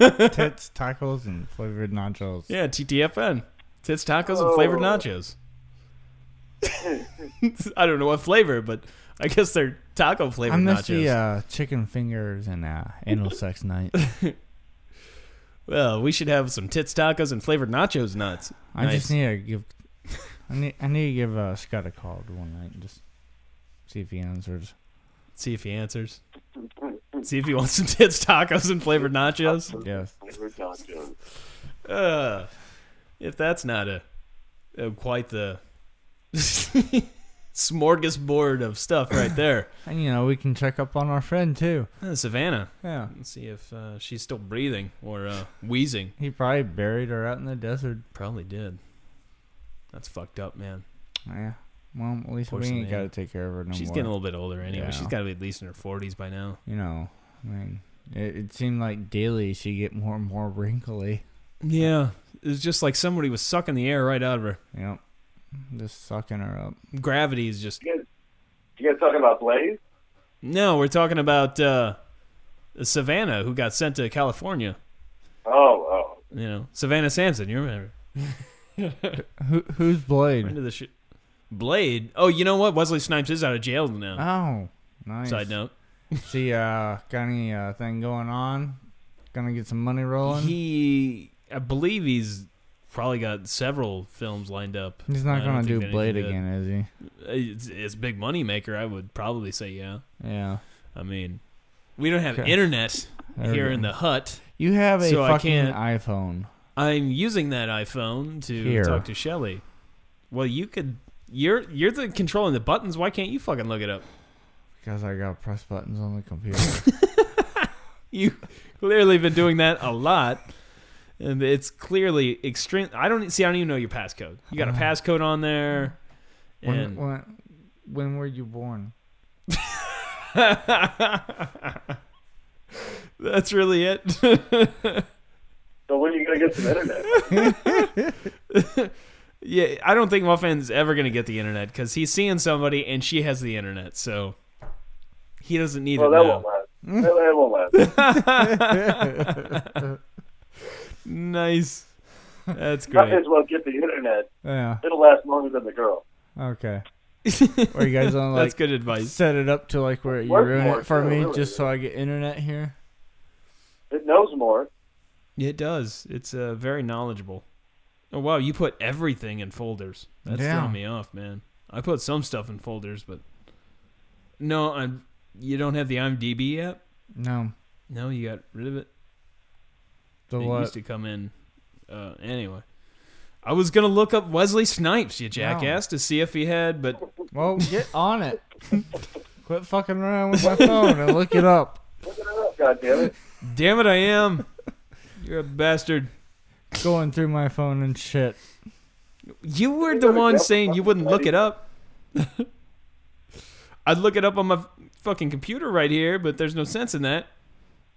Speaker 5: Tits, tacos, and flavored nachos.
Speaker 4: Yeah, TTFN, tits tacos and flavored
Speaker 6: Oh.
Speaker 4: nachos. I don't know what flavor, but I guess they're taco
Speaker 5: I
Speaker 4: flavored
Speaker 5: miss
Speaker 4: nachos.
Speaker 5: the uh, chicken fingers and uh, anal sex night.
Speaker 4: Well, we should have some tits tacos and flavored nachos nuts.
Speaker 5: I just
Speaker 4: Nice.
Speaker 5: need to give. I need I need to give uh, Scott a call one night and just see if he answers.
Speaker 4: see if he answers. See if he wants some tits tacos and flavored nachos.
Speaker 5: Yes.
Speaker 6: Flavored nachos.
Speaker 4: Uh, if that's not a, a quite the smorgasbord of stuff right there.
Speaker 5: And you know, we can check up on our friend too.
Speaker 4: Uh, Savannah.
Speaker 5: Yeah.
Speaker 4: Let's see if uh, she's still breathing or uh, wheezing.
Speaker 5: He probably buried her out in the desert.
Speaker 4: Probably did. That's fucked up, man.
Speaker 5: Yeah. Well, at least
Speaker 4: Poor
Speaker 5: we
Speaker 4: Savannah.
Speaker 5: ain't got to take care of her no
Speaker 4: she's
Speaker 5: more.
Speaker 4: getting a little bit older anyway.
Speaker 5: Oh, Yeah.
Speaker 4: She's got to be at least in her 40s by now.
Speaker 5: you know, I mean, it, it seemed like daily she get more and more wrinkly.
Speaker 4: Yeah. It was just like somebody was sucking the air right out of her.
Speaker 5: Yep. Just sucking her up.
Speaker 4: Gravity is just.
Speaker 6: You guys, you guys talking about Blaze?
Speaker 4: No, we're talking about uh, Savannah, who got sent to California.
Speaker 6: Oh, oh.
Speaker 4: You know, Savannah Sampson. You remember?
Speaker 5: Who, who's Blade?
Speaker 4: Into the shit. Blade. Oh, you know what? Wesley Snipes is out of jail now.
Speaker 5: Oh, nice.
Speaker 4: Side note.
Speaker 5: See, uh, got any uh, thing going on? Gonna get some money rolling.
Speaker 4: He, I believe he's probably got several films lined up.
Speaker 5: He's
Speaker 4: I
Speaker 5: not
Speaker 4: don't
Speaker 5: gonna
Speaker 4: think
Speaker 5: do
Speaker 4: anything
Speaker 5: Blade
Speaker 4: good.
Speaker 5: again, is he?
Speaker 4: It's, it's a big money maker. I would probably say yeah.
Speaker 5: Yeah.
Speaker 4: I mean, we don't have
Speaker 5: Okay.
Speaker 4: internet
Speaker 5: There
Speaker 4: here
Speaker 5: we
Speaker 4: in
Speaker 5: go.
Speaker 4: the hut.
Speaker 5: You have a
Speaker 4: So I
Speaker 5: fucking
Speaker 4: can't-
Speaker 5: iPhone.
Speaker 4: I'm using that iPhone to
Speaker 5: Here.
Speaker 4: talk to Shelly. Well, you could. You're you're the controlling the buttons. Why can't you fucking look it up?
Speaker 5: Because I gotta press buttons on the computer.
Speaker 4: You clearly been doing that a lot, and it's clearly extreme. I don't e, see. I don't even know your passcode. You got a passcode on there,
Speaker 5: when,
Speaker 4: and
Speaker 5: when, when were you born?
Speaker 4: that's really it.
Speaker 6: So when are you going to get some internet?
Speaker 4: yeah, I don't think Muffin's ever gonna get the internet because he's seeing somebody and she has the internet, so he doesn't need
Speaker 6: well,
Speaker 4: it
Speaker 6: that
Speaker 4: now.
Speaker 6: won't last. That, that won't last.
Speaker 4: Nice. That's
Speaker 6: Might as
Speaker 4: great.
Speaker 6: well get the internet.
Speaker 5: Yeah.
Speaker 6: It'll last longer than the girl.
Speaker 5: Okay. Were you guys on
Speaker 4: That's
Speaker 5: like
Speaker 4: good advice.
Speaker 5: set it up to like where you
Speaker 6: Work
Speaker 5: ruin
Speaker 6: more,
Speaker 5: it for
Speaker 6: too,
Speaker 5: me
Speaker 6: really,
Speaker 5: just so I get internet here?
Speaker 6: It knows more.
Speaker 4: It does. It's uh, very knowledgeable. Oh wow, you put everything in folders. That's
Speaker 5: Yeah.
Speaker 4: throwing me off, man. I put some stuff in folders, but no, I'm. You don't have the IMDb app?
Speaker 5: No.
Speaker 4: No, you got rid of it.
Speaker 5: The
Speaker 4: it
Speaker 5: what?
Speaker 4: used to come in. Uh, anyway, I was gonna look up Wesley Snipes, you jackass, to see if he had, but
Speaker 5: Well, get on it. Quit fucking around with my phone and look it up.
Speaker 6: Look it up, God damn it.
Speaker 4: damn it, I am. You're a bastard.
Speaker 5: Going through my phone and shit.
Speaker 4: You were the one saying you wouldn't look it up. I'd look it up on my fucking computer right here, but there's no sense in that.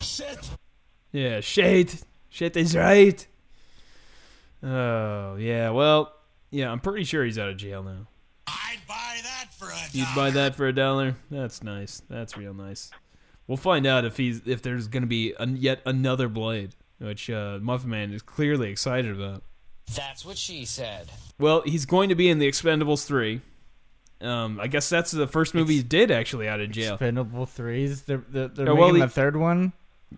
Speaker 3: Shit.
Speaker 4: Yeah, shit. Shit is right. Oh, yeah, well, yeah, I'm pretty sure he's out of jail now.
Speaker 3: I'd buy that for a
Speaker 4: You'd buy that for a dollar? That's nice. That's real nice. We'll find out if he's if there's gonna be an, yet another blade, which uh, Muffin Man is clearly excited about.
Speaker 8: That's what she said.
Speaker 4: Well, he's going to be in the Expendables three. Um, I guess that's the first movie he did actually out of jail.
Speaker 5: Spendable threes. They're they're, they're
Speaker 4: Yeah,
Speaker 5: making
Speaker 4: well,
Speaker 5: Oh, the
Speaker 4: he-
Speaker 5: third one.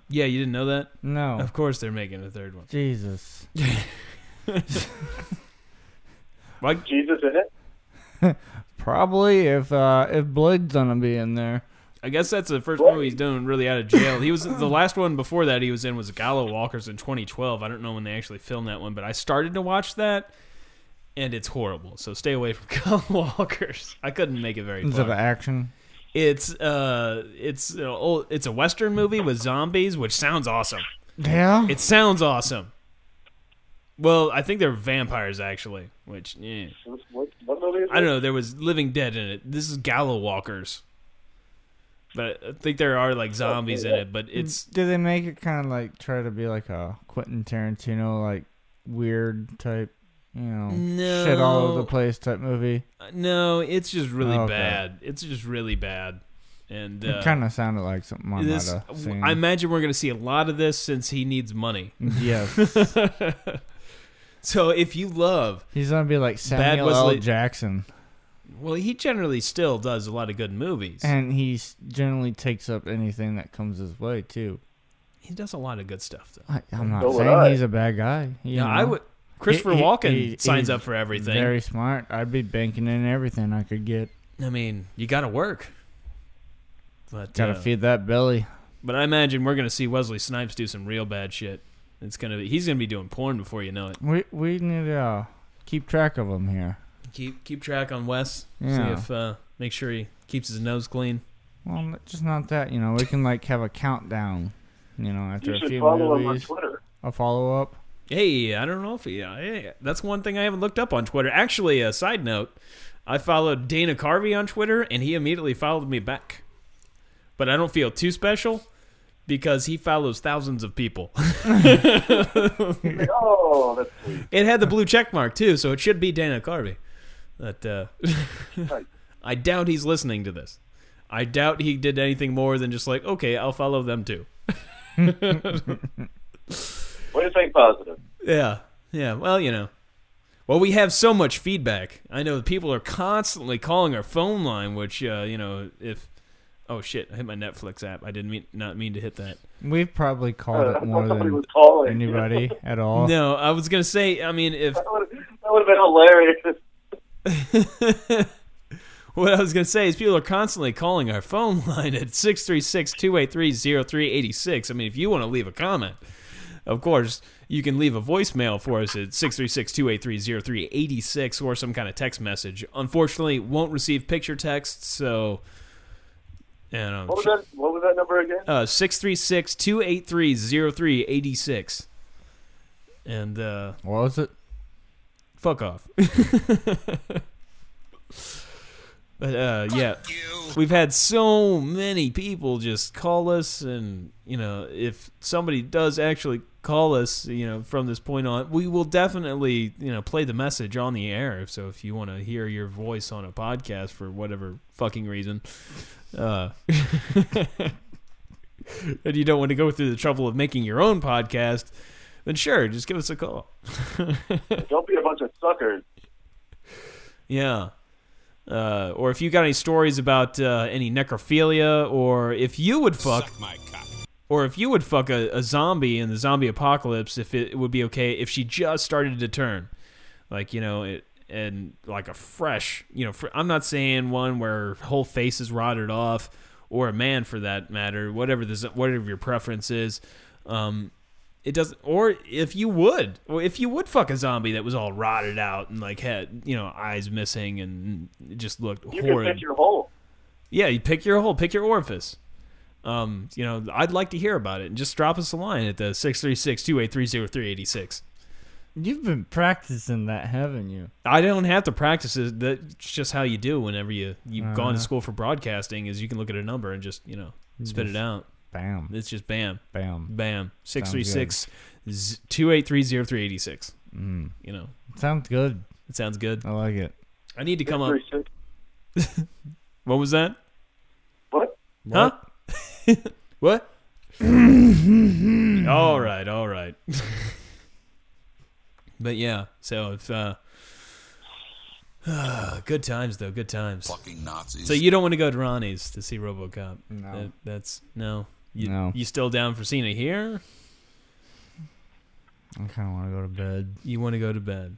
Speaker 4: Yeah, you didn't know that?
Speaker 5: No.
Speaker 4: Of course they're making a third one.
Speaker 5: Jesus.
Speaker 4: Like,
Speaker 6: Jesus in it?
Speaker 5: Probably if uh if Blade's gonna be in there.
Speaker 4: I guess that's the first movie he's done really out of jail. He was the last one before that he was in was Gallo Walkers in 2012. I don't know when they actually filmed that one, but I started to watch that, and it's horrible. So stay away from Gallo Walkers. I couldn't make it very
Speaker 5: Is it
Speaker 4: far.
Speaker 5: action?
Speaker 4: It's uh, it's uh, old, it's a western movie with zombies, which sounds awesome.
Speaker 5: Yeah.
Speaker 4: It sounds awesome. Well, I think they're vampires actually, which yeah.
Speaker 6: What, what, what movie is
Speaker 4: I don't know. There was Living Dead in it. This is Gallo Walkers, but I think there are like zombies in it. But it's
Speaker 5: Mm, Do they make it kind of like try to be like a Quentin Tarantino like weird type, you know, shit all over
Speaker 4: No.
Speaker 5: the place type movie?
Speaker 4: no, it's just really
Speaker 5: Oh, Okay.
Speaker 4: bad. It's just really bad, and uh,
Speaker 5: it kind of sounded like something I
Speaker 4: this.
Speaker 5: might have seen.
Speaker 4: I imagine we're gonna see a lot of this since he needs money.
Speaker 5: yes.
Speaker 4: so if you love,
Speaker 5: He's gonna be like Samuel
Speaker 4: Wesley-
Speaker 5: L. Jackson,
Speaker 4: well, he generally still does a lot of good movies.
Speaker 5: and he s- generally takes up anything that comes his way too.
Speaker 4: he does a lot of good stuff though.
Speaker 5: I, I'm not
Speaker 6: So would
Speaker 5: saying
Speaker 6: I.
Speaker 5: he's a bad guy. you
Speaker 4: Yeah, I
Speaker 5: know?
Speaker 4: would. Christopher
Speaker 5: He- he-
Speaker 4: Walken
Speaker 5: he-
Speaker 4: signs
Speaker 5: he's
Speaker 4: up for everything.
Speaker 5: Very smart. I'd be banking in everything I could get.
Speaker 4: I mean, you got to work. But
Speaker 5: Gotta
Speaker 4: uh,
Speaker 5: feed that belly.
Speaker 4: But I imagine we're gonna see Wesley Snipes do some real bad shit. It's gonna be, he's gonna be doing porn before you know it.
Speaker 5: We we need to uh, keep track of him here.
Speaker 4: Keep keep track on Wes.
Speaker 5: Yeah.
Speaker 4: See if uh, make sure he keeps his nose clean.
Speaker 5: Well, n- just not that. You know, we can like have a countdown. You know, after
Speaker 6: You
Speaker 5: a
Speaker 6: should
Speaker 5: few
Speaker 6: follow him on
Speaker 5: movies,
Speaker 6: Twitter.
Speaker 5: a follow up.
Speaker 4: Hey, I don't know if he. Uh, hey, that's one thing I haven't looked up on Twitter. Actually, a side note, I followed Dana Carvey on Twitter, and he immediately followed me back. But I don't feel too special because he follows thousands of people.
Speaker 6: Like, oh, that's sweet.
Speaker 4: It had the blue check mark too, so it should be Dana Carvey. But uh,
Speaker 6: Right.
Speaker 4: I doubt he's listening to this. I doubt he did anything more than just like, okay, I'll follow them too.
Speaker 6: Way to think positive.
Speaker 4: Yeah, yeah. Well, you know, well, we have so much feedback. I know people are constantly calling our phone line, which uh, you know, if oh shit, I hit my Netflix app. I didn't mean not mean to hit that.
Speaker 5: We've probably
Speaker 6: Uh,
Speaker 5: called
Speaker 6: I
Speaker 5: it
Speaker 6: thought
Speaker 5: more
Speaker 6: somebody
Speaker 5: than
Speaker 6: was calling.
Speaker 5: anybody at all.
Speaker 4: No, I was gonna say. I mean, if
Speaker 6: That would that would have been hilarious.
Speaker 4: What I was going to say is people are constantly calling our phone line at 636-283-0386. I mean, if you want to leave a comment, of course, you can leave a voicemail for us at 636-283-0386 or some kind of text message. Unfortunately, won't receive picture texts, so um, you know,
Speaker 6: What was that? What was that number again?
Speaker 4: uh 636-283-0386. And uh
Speaker 5: What was it?
Speaker 4: fuck off. but uh yeah.
Speaker 3: You.
Speaker 4: We've had so many people just call us, and you know, if somebody does actually call us, you know, from this point on, we will definitely, you know, play the message on the air. So if you want to hear your voice on a podcast for whatever fucking reason, uh, and you don't want to go through the trouble of making your own podcast, then sure, just give us a call.
Speaker 6: Don't be a bunch of suckers.
Speaker 4: Yeah. Uh, or if you got any stories about uh, any necrophilia, or if you would fuck,
Speaker 3: Suck my cock.
Speaker 4: or if you would fuck a, a zombie in the zombie apocalypse, if it would be okay if she just started to turn, like you know, it, and like a fresh, you know, fr- I'm not saying one where her whole face is rotted off, or a man for that matter, whatever this, whatever your preference is, um, it doesn't. Or if you would, or if you would fuck a zombie that was all rotted out and like had you know eyes missing and just looked
Speaker 6: You
Speaker 4: horrid.
Speaker 6: can pick your hole.
Speaker 4: Yeah, you pick your hole, pick your orifice. Um, you know, I'd like to hear about it. And just drop us a line at the 636-283-0386.
Speaker 5: You've been practicing that, haven't you?
Speaker 4: I don't have to practice it. That's just how you do whenever you, you've gone
Speaker 5: Uh-huh.
Speaker 4: to school for broadcasting is you can look at a number and just, you know, spit it out.
Speaker 5: Bam,
Speaker 4: It's just bam,
Speaker 5: bam.
Speaker 4: bam,
Speaker 5: good.
Speaker 4: 636-283-0386.
Speaker 5: Mm.
Speaker 4: You know,
Speaker 5: Sounds good.
Speaker 4: it sounds good.
Speaker 5: I like it.
Speaker 4: I need to come up.
Speaker 6: Three, six.
Speaker 4: What was that?
Speaker 6: What?
Speaker 4: Huh? what? all right, all right. but yeah, so if uh, good times though, good times.
Speaker 3: Fucking Nazis.
Speaker 4: So you don't want to go to Ronnie's to see RoboCop?
Speaker 5: No.
Speaker 4: That- that's no. You,
Speaker 5: No.
Speaker 4: You still down for seeing it here?
Speaker 5: I kind of want to go to bed.
Speaker 4: You want to go to bed?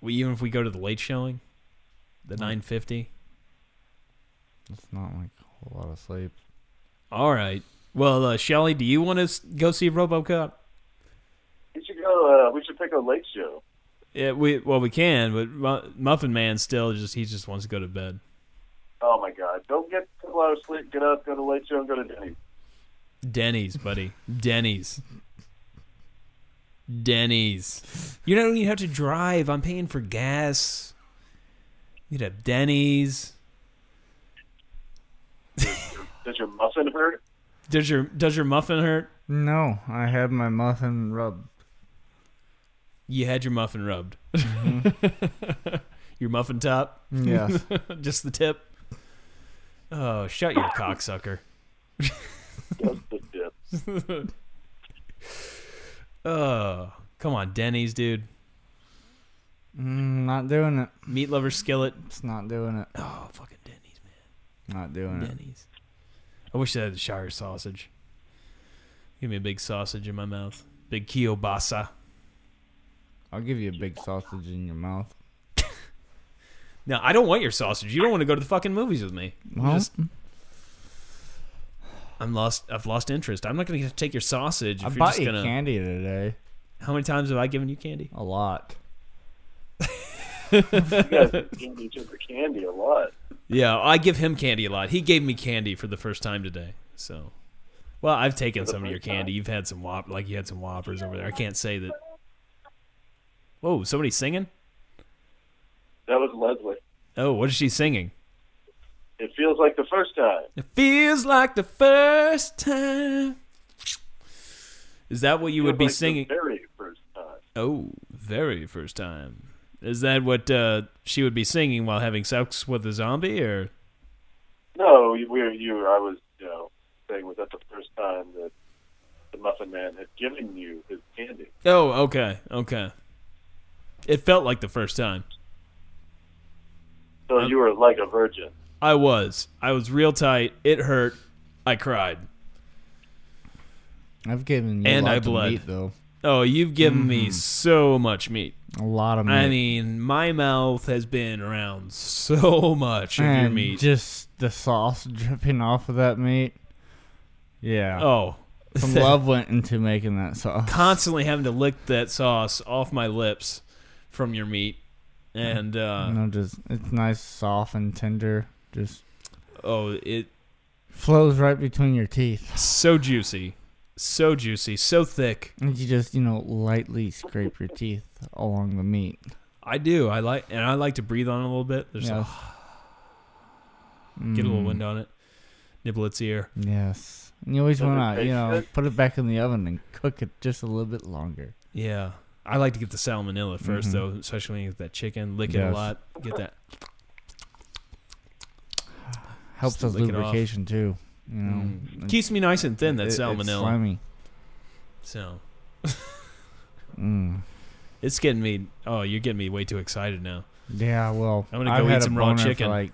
Speaker 4: We, even if we go to the late showing, the nine fifty.
Speaker 5: It's not like a whole lot of sleep.
Speaker 4: All right. Well, uh, Shelly, do you want to s- go see RoboCop?
Speaker 6: You should go. Uh, we should pick a late show.
Speaker 4: Yeah, we well we can, but Mu- Muffin Man still just he just wants to go to bed.
Speaker 6: Oh my God! Don't get a lot of sleep. Get up. Go to late show and go to Denny's.
Speaker 4: Denny's, buddy, Denny's, Denny's. You don't even have to drive. I'm paying for gas. You'd have Denny's.
Speaker 6: Does your muffin hurt?
Speaker 4: Does your does your muffin hurt?
Speaker 5: No, I had my muffin rubbed.
Speaker 4: You had your muffin rubbed. your muffin top,
Speaker 5: Yes.
Speaker 4: just the tip. Oh, shut your cocksucker.
Speaker 6: Just the dip.
Speaker 4: Oh, come on, Denny's, dude.
Speaker 5: mm, not doing it.
Speaker 4: Meat lover skillet.
Speaker 5: It's not doing it.
Speaker 4: Oh, fucking Denny's, man.
Speaker 5: Not doing it.
Speaker 4: Denny's. I wish they had the Shire sausage. Give me a big sausage in my mouth. Big kielbasa.
Speaker 5: I'll give you a big sausage in your mouth.
Speaker 4: No, I don't want your sausage. You don't want to go to the fucking movies with me. I'm
Speaker 5: Well,
Speaker 4: just- I'm lost. I've lost interest. I'm not going to take your sausage if
Speaker 5: I
Speaker 4: you're
Speaker 5: bought
Speaker 4: just
Speaker 5: you
Speaker 4: going to.
Speaker 5: candy today.
Speaker 4: How many times have I given you candy?
Speaker 5: A lot.
Speaker 6: You guys give each other candy a lot.
Speaker 4: Yeah, I give him candy a lot. He gave me candy for the first time today. So, well, I've taken some of your candy. You've had some whop, like you had some whoppers over there. I can't say that. Whoa, somebody's singing.
Speaker 6: That was Leslie.
Speaker 4: Oh, what is she singing?
Speaker 6: It feels like the first time.
Speaker 4: It feels like the first time. Is that what you would be
Speaker 6: Like the
Speaker 4: singing?
Speaker 6: very first time.
Speaker 4: Oh, very first time. Is that what uh, she would be singing while having sex with a zombie? Or
Speaker 6: No, you, we, you. I was, you know, saying was that the first time that the Muffin Man had given you his candy.
Speaker 4: oh, okay, okay. It felt like the first time.
Speaker 6: So you were like a virgin.
Speaker 4: I was. I was real tight. It hurt. I cried.
Speaker 5: I've given you
Speaker 4: And
Speaker 5: a lot
Speaker 4: I
Speaker 5: of
Speaker 4: bled.
Speaker 5: meat though.
Speaker 4: Oh, you've given me so much meat.
Speaker 5: A lot of meat.
Speaker 4: I mean, my mouth has been around so much of your
Speaker 5: and
Speaker 4: meat.
Speaker 5: just the sauce dripping off of that meat. Yeah,
Speaker 4: oh,
Speaker 5: some love went into making that sauce.
Speaker 4: constantly having to lick that sauce off my lips from your meat. And uh,
Speaker 5: you know, just it's nice, soft and tender. Just
Speaker 4: oh, it
Speaker 5: flows right between your teeth,
Speaker 4: so juicy, so juicy, so thick.
Speaker 5: and you just you know lightly scrape your teeth along the meat.
Speaker 4: I do. I like, and I like to breathe on it a little bit. There's
Speaker 5: Yeah.
Speaker 4: get a little wind on it, nibble its ear.
Speaker 5: Mm. Yes, and you always
Speaker 6: Does it
Speaker 5: want to
Speaker 6: taste
Speaker 5: you know
Speaker 6: good?
Speaker 5: put it back in the oven and cook it just a little bit longer.
Speaker 4: Yeah. I like to get the salmonella 1st though, especially when you get that chicken, lick it a
Speaker 5: Mm-hmm. Yes.
Speaker 4: lot, get that.
Speaker 5: Helps
Speaker 4: Just
Speaker 5: with
Speaker 4: lick it off.
Speaker 5: lubrication too. You know, It-
Speaker 4: Mm. Keeps me nice and thin. That
Speaker 5: Mm. it- it's
Speaker 4: salmonella.
Speaker 5: slimy.
Speaker 4: so
Speaker 5: Mm.
Speaker 4: it's getting me. Oh, you're getting me way too excited now.
Speaker 5: Yeah, well,
Speaker 4: I'm gonna
Speaker 5: I've
Speaker 4: go eat
Speaker 5: had a
Speaker 4: some raw
Speaker 5: boner for,
Speaker 4: chicken.
Speaker 5: like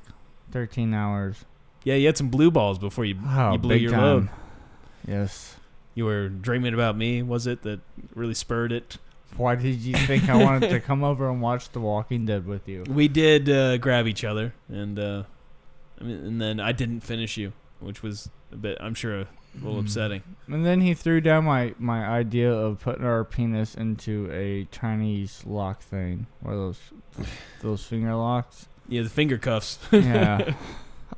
Speaker 5: thirteen hours.
Speaker 4: Yeah, you had some blue balls before you
Speaker 5: Oh,
Speaker 4: you blew
Speaker 5: big
Speaker 4: your
Speaker 5: time.
Speaker 4: load.
Speaker 5: Yes.
Speaker 4: You were dreaming about me, was it? That really spurred it.
Speaker 5: Why did you think I wanted to come over and watch The Walking Dead with you?
Speaker 4: We did uh, grab each other, and uh, I mean, and then I didn't finish you, which was a bit. I'm sure a little
Speaker 5: Hmm. Mm.
Speaker 4: upsetting.
Speaker 5: And then he threw down my, my idea of putting our penis into a Chinese lock thing, or those those finger locks.
Speaker 4: Yeah, the finger cuffs.
Speaker 5: Yeah,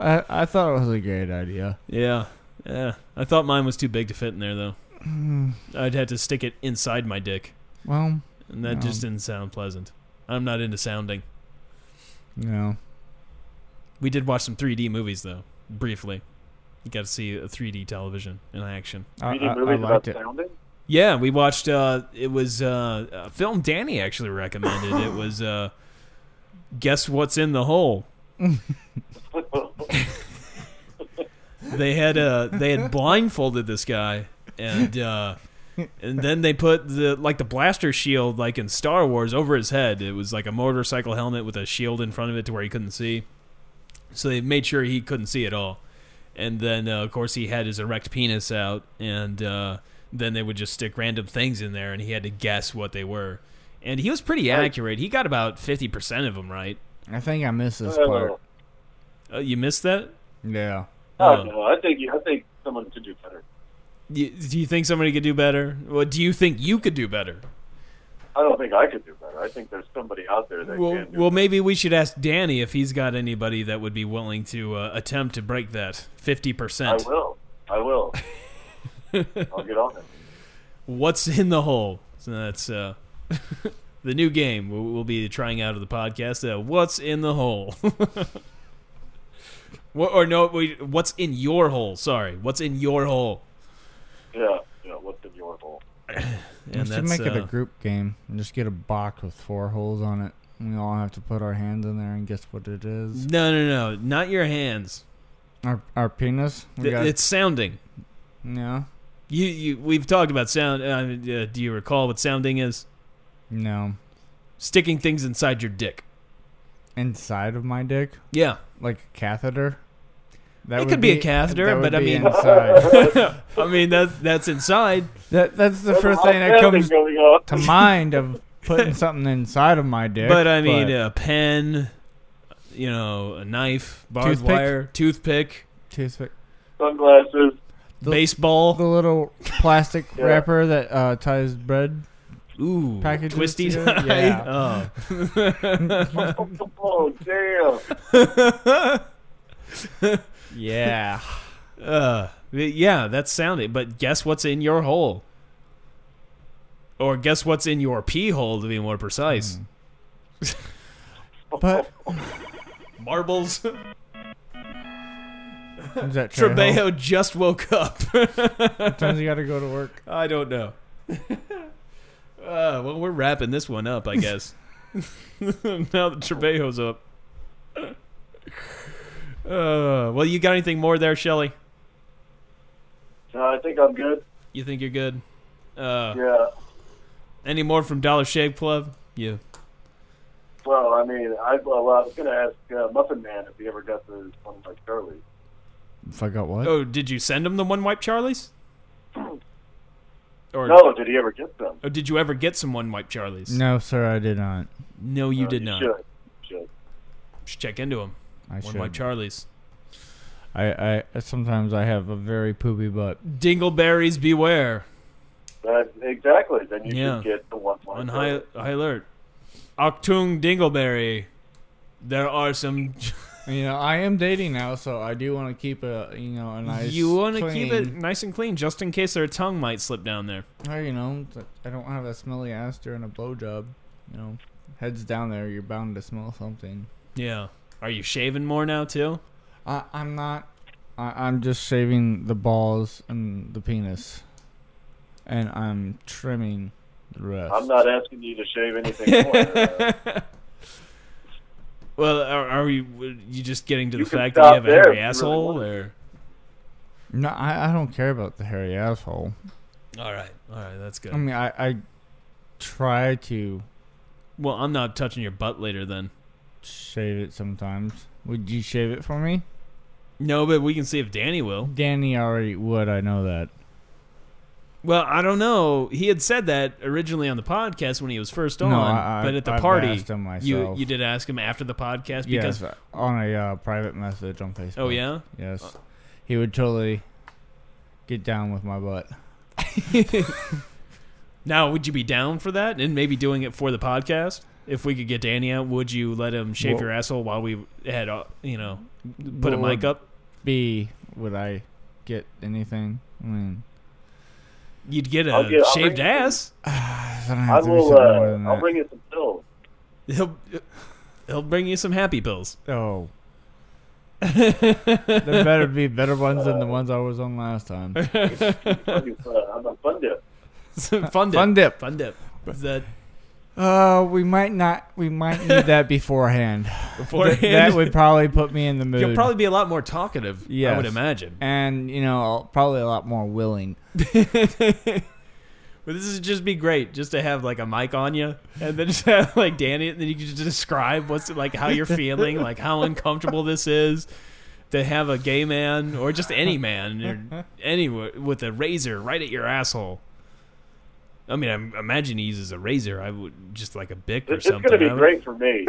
Speaker 5: I I thought it was a great idea.
Speaker 4: Yeah. Yeah. I thought mine was too big to fit in there though. I'd had to stick it inside my dick.
Speaker 5: Well,
Speaker 4: And that
Speaker 5: No.
Speaker 4: just didn't sound pleasant. I'm not into sounding.
Speaker 5: you know,
Speaker 4: We did watch some 3D movies though, briefly. You got to see a 3D television in action.
Speaker 5: I,
Speaker 6: Reading
Speaker 5: I, I
Speaker 6: movies about
Speaker 5: liked it.
Speaker 6: sounding.
Speaker 4: Yeah, we watched uh it was uh a film Danny actually recommended. it was uh Guess What's in the Hole. they had uh they had blindfolded this guy and uh and then they put the like the blaster shield like in Star Wars over his head. It was like a motorcycle helmet with a shield in front of it to where he couldn't see. So they made sure he couldn't see at all. And then uh, of course he had his erect penis out and uh then they would just stick random things in there and he had to guess what they were. And he was pretty accurate. He got about 50% of them right.
Speaker 5: I think I missed this part.
Speaker 6: Oh,
Speaker 4: Uh, you missed that?
Speaker 5: Yeah.
Speaker 6: oh, no, I think you- I think someone could do better.
Speaker 4: Do you, do you think somebody could do better? Well, do you think you could do better?
Speaker 6: I don't think I could do better. I think there's somebody out there that
Speaker 4: Well,
Speaker 6: can do.
Speaker 4: well, maybe we should ask Danny if he's got anybody that would be willing to uh, attempt to break that fifty
Speaker 6: I
Speaker 4: percent.
Speaker 6: will. I will. I'll get on it.
Speaker 4: What's in the hole? So that's uh, the new game we'll, we'll be trying out of the podcast. Uh, what's in the hole? what, or no, we, what's in your hole? Sorry, what's in your hole?
Speaker 6: Yeah, yeah. What's in your bowl?
Speaker 4: And
Speaker 5: we should make it a
Speaker 4: uh,
Speaker 5: group game and just get a box with four holes on it. And we all have to put our hands in there and guess what it is.
Speaker 4: no, no, no, not your hands.
Speaker 5: Our our penis.
Speaker 4: Mm-hmm.
Speaker 5: We
Speaker 4: Th-
Speaker 5: got-
Speaker 4: It's sounding.
Speaker 5: no,
Speaker 4: You, you, we've talked about sound. Uh, uh, do you recall what sounding is?
Speaker 5: no.
Speaker 4: Sticking things inside your dick.
Speaker 5: Inside of my dick,
Speaker 4: Yeah,
Speaker 5: like a catheter. That
Speaker 4: It
Speaker 5: would
Speaker 4: could be a catheter,
Speaker 5: that would
Speaker 4: but I
Speaker 5: be
Speaker 4: mean-
Speaker 5: inside.
Speaker 4: I mean that's that's inside.
Speaker 5: that, that's the first thing that
Speaker 6: Nothing
Speaker 5: comes to
Speaker 6: going on.
Speaker 5: mind of putting something inside of my dick.
Speaker 4: But I mean
Speaker 5: but
Speaker 4: a pen, you know, a knife, barbed
Speaker 5: Toothpick?
Speaker 4: wire, toothpick,
Speaker 5: toothpick-
Speaker 6: Sunglasses.
Speaker 5: The-
Speaker 4: baseball.
Speaker 5: the little plastic
Speaker 6: Yeah.
Speaker 5: wrapper that uh, ties bread.
Speaker 4: Ooh,
Speaker 5: Packages
Speaker 4: twisty
Speaker 5: together?
Speaker 4: tie.
Speaker 5: Yeah.
Speaker 4: Oh.
Speaker 6: Oh damn!
Speaker 5: Yeah.
Speaker 4: Uh, yeah, that sounded. But guess what's in your hole? Or guess what's in your pee hole, to be more precise?
Speaker 5: Hmm. But
Speaker 4: Marbles.
Speaker 5: is that
Speaker 4: Oh.
Speaker 5: Trey Hall?
Speaker 4: Trebejo just woke up.
Speaker 5: Sometimes you got to go to work.
Speaker 4: I don't know. uh, well, we're wrapping this one up, I guess. now that Trebejo's up. Uh, well, you got anything more there, Shelly?
Speaker 6: No, I think I'm good.
Speaker 4: You think you're good? Uh,
Speaker 6: Yeah.
Speaker 4: Any more from Dollar Shave Club? Yeah.
Speaker 6: Well, I mean, I, well, I was gonna ask uh, Muffin Man if he ever got the one like Charlie.
Speaker 5: If I got what?
Speaker 4: Oh, did you send him the one wipe Charlies? Or
Speaker 6: No, did he ever get them?
Speaker 4: or did you ever get some one wipe Charlies?
Speaker 5: No, sir, I did not.
Speaker 4: No, you
Speaker 6: Uh,
Speaker 4: did not.
Speaker 6: Should. should.
Speaker 4: Should check into him.
Speaker 5: I
Speaker 4: One wipe
Speaker 5: should.
Speaker 4: Charlies.
Speaker 5: I, I sometimes I have a very poopy butt.
Speaker 4: Dingleberries beware.
Speaker 6: That, exactly. Then you
Speaker 4: Yeah.
Speaker 6: should get the one like
Speaker 4: On high,
Speaker 6: Charlie.
Speaker 4: high alert. Octung Dingleberry. There are some.
Speaker 5: You know, I am dating now, so I do want to keep a you know a nice.
Speaker 4: you want to keep it
Speaker 5: clean-
Speaker 4: nice and clean just in case their tongue might slip down there.
Speaker 5: Oh, you know, it's like, I don't have a smelly ass during a blowjob. You know, heads down there, you're bound to smell something.
Speaker 4: Yeah. Are you shaving more now, too?
Speaker 5: I, I'm not. I, I'm just shaving the balls and the penis, and I'm trimming the rest.
Speaker 6: I'm not asking you to shave anything more. Uh,
Speaker 4: Well, are, are you were you just getting to
Speaker 6: You
Speaker 4: the
Speaker 6: can
Speaker 4: fact that you
Speaker 6: stop
Speaker 4: have a
Speaker 6: there
Speaker 4: hairy
Speaker 6: if you really
Speaker 4: asshole?
Speaker 6: want.
Speaker 4: or
Speaker 5: No, I, I don't care about the hairy asshole.
Speaker 4: all right, all right, that's good.
Speaker 5: I mean, I, I try to
Speaker 4: well, I'm not touching your butt later then.
Speaker 5: shave it sometimes. Would you shave it for me?
Speaker 4: No, but we can see if Danny will.
Speaker 5: Danny already would. I know that.
Speaker 4: Well, I don't know. He had said that originally on the podcast when he was first
Speaker 5: No,
Speaker 4: on,
Speaker 5: I- I-
Speaker 4: but at the
Speaker 5: I've
Speaker 4: party,
Speaker 5: asked him
Speaker 4: you
Speaker 5: myself.
Speaker 4: you did ask him after the podcast because
Speaker 5: yes, on a uh, private message on Facebook.
Speaker 4: oh yeah,
Speaker 5: Yes, he would totally get down with my butt.
Speaker 4: now would you be down for that and maybe doing it for the podcast? If we could get Danny out, would you let him shave
Speaker 5: Well-
Speaker 4: your asshole while we had uh, you know put
Speaker 5: What
Speaker 4: a mic
Speaker 5: would
Speaker 4: up?
Speaker 5: Be would I get anything? I mean,
Speaker 4: You'd get a
Speaker 6: I'll get- I'll
Speaker 4: shaved
Speaker 6: bring-
Speaker 4: ass.
Speaker 5: I don't
Speaker 6: I
Speaker 5: have to be
Speaker 6: will.
Speaker 5: something more than
Speaker 6: Uh, I'll
Speaker 5: that.
Speaker 6: bring you some pills.
Speaker 4: He'll he'll bring you some happy pills.
Speaker 5: Oh. there better be better ones than the ones I was on last time.
Speaker 6: uh, I'm a fun dip.
Speaker 4: Some fun dip.
Speaker 5: Fun dip.
Speaker 4: Fun dip. Is that
Speaker 5: Uh, we might not. We might need that beforehand.
Speaker 4: beforehand?
Speaker 5: That would probably put me in the mood.
Speaker 4: You'll probably be a lot more talkative. I
Speaker 5: Yes.
Speaker 4: would imagine.
Speaker 5: and you know, probably a lot more willing.
Speaker 4: But this would just be great, just to have like a mic on you, and then just have like Danny, and then you can just describe what's like how you're feeling, like how uncomfortable this is. To have a gay man or just any man, or any with a razor right at your asshole. I mean, I imagine he uses a razor. I would just like a bic or
Speaker 6: This is
Speaker 4: something.
Speaker 6: going to be
Speaker 4: I would-
Speaker 6: great for me.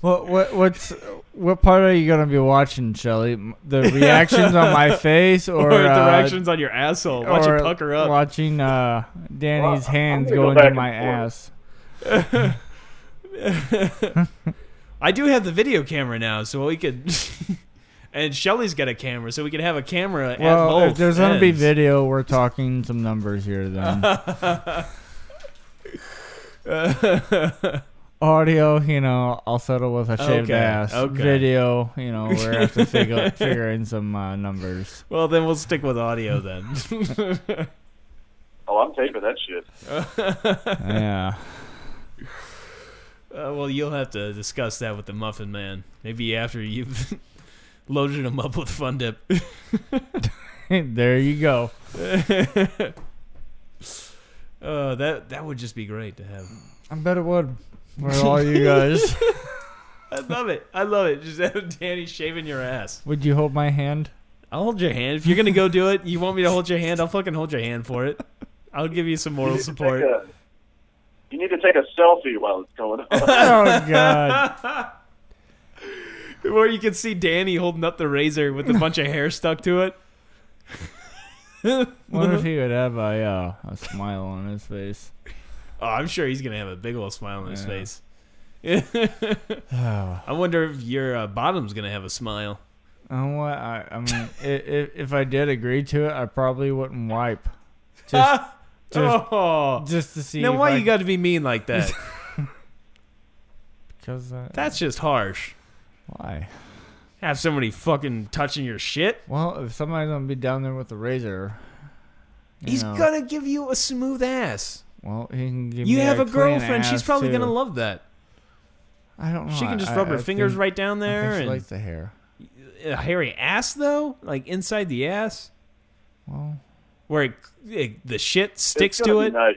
Speaker 5: What what what's what part are you gonna be watching, Shelly? M- The reactions on my face, or,
Speaker 4: or,
Speaker 5: uh,
Speaker 4: directions on your asshole. Watch
Speaker 5: or
Speaker 4: it pucker up.
Speaker 5: Watching uh, Danny's
Speaker 6: Well, I'm
Speaker 5: hands
Speaker 6: gonna
Speaker 5: go
Speaker 6: go
Speaker 5: into
Speaker 6: back
Speaker 5: my
Speaker 6: and forth.
Speaker 5: ass.
Speaker 4: I do have the video camera now, so we could. and Shelly's got a camera, so we could have a camera at
Speaker 5: Well,
Speaker 4: both.
Speaker 5: if there's gonna be
Speaker 4: ends.
Speaker 5: video, we're talking some numbers here. Then audio, you know, I'll settle with a shaved
Speaker 4: Okay,
Speaker 5: ass.
Speaker 4: okay.
Speaker 5: Video, you know, we're gonna have to figure, figure in some uh, numbers.
Speaker 4: well, then we'll stick with audio then.
Speaker 6: Oh, I'm taping that shit.
Speaker 5: Yeah.
Speaker 4: Uh, well, you'll have to discuss that with the Muffin Man. Maybe after you've loaded him up with Fun Dip.
Speaker 5: there you go.
Speaker 4: Uh, that that would just be great to have.
Speaker 5: I bet it would for all you guys.
Speaker 4: I love it. I love it. Just have Danny shaving your ass.
Speaker 5: Would you hold my hand?
Speaker 4: I'll hold your hand if you're gonna go do it. You want me to hold your hand? I'll fucking hold your hand for it. I'll give you some moral support.
Speaker 6: Take a- you need to take a selfie while it's going on.
Speaker 5: Oh God!
Speaker 4: Or you can see Danny holding up the razor with a bunch of hair stuck to it.
Speaker 5: What if he would have a uh, a smile on his face?
Speaker 4: Oh, I'm sure he's gonna have a big old smile on his
Speaker 5: Yeah.
Speaker 4: face. I wonder if your uh, bottom's gonna have a smile.
Speaker 5: Um, what I, I mean, if, if I did agree to it, I probably wouldn't wipe just just,
Speaker 4: oh,
Speaker 5: just to see.
Speaker 4: now
Speaker 5: if
Speaker 4: why
Speaker 5: I-
Speaker 4: you got to be mean like that?
Speaker 5: Because I,
Speaker 4: That's just harsh.
Speaker 5: why?
Speaker 4: Have somebody fucking touching your shit.
Speaker 5: Well, if somebody's gonna be down there with a razor, you
Speaker 4: He's
Speaker 5: know,
Speaker 4: gonna give you a smooth ass.
Speaker 5: Well, he can give
Speaker 4: You
Speaker 5: me
Speaker 4: have a
Speaker 5: clean
Speaker 4: girlfriend. She's
Speaker 5: ass,
Speaker 4: probably
Speaker 5: too.
Speaker 4: gonna love that.
Speaker 5: I don't know.
Speaker 4: She can just
Speaker 5: I-
Speaker 4: rub
Speaker 5: I
Speaker 4: her fingers
Speaker 5: think-
Speaker 4: right down
Speaker 5: I think
Speaker 4: there
Speaker 5: she
Speaker 4: and
Speaker 5: likes the hair.
Speaker 4: a hairy ass though, like inside the ass,
Speaker 5: Well,
Speaker 4: where it, it, the shit sticks
Speaker 6: It's
Speaker 4: to
Speaker 6: gonna be
Speaker 4: it.
Speaker 6: Nice.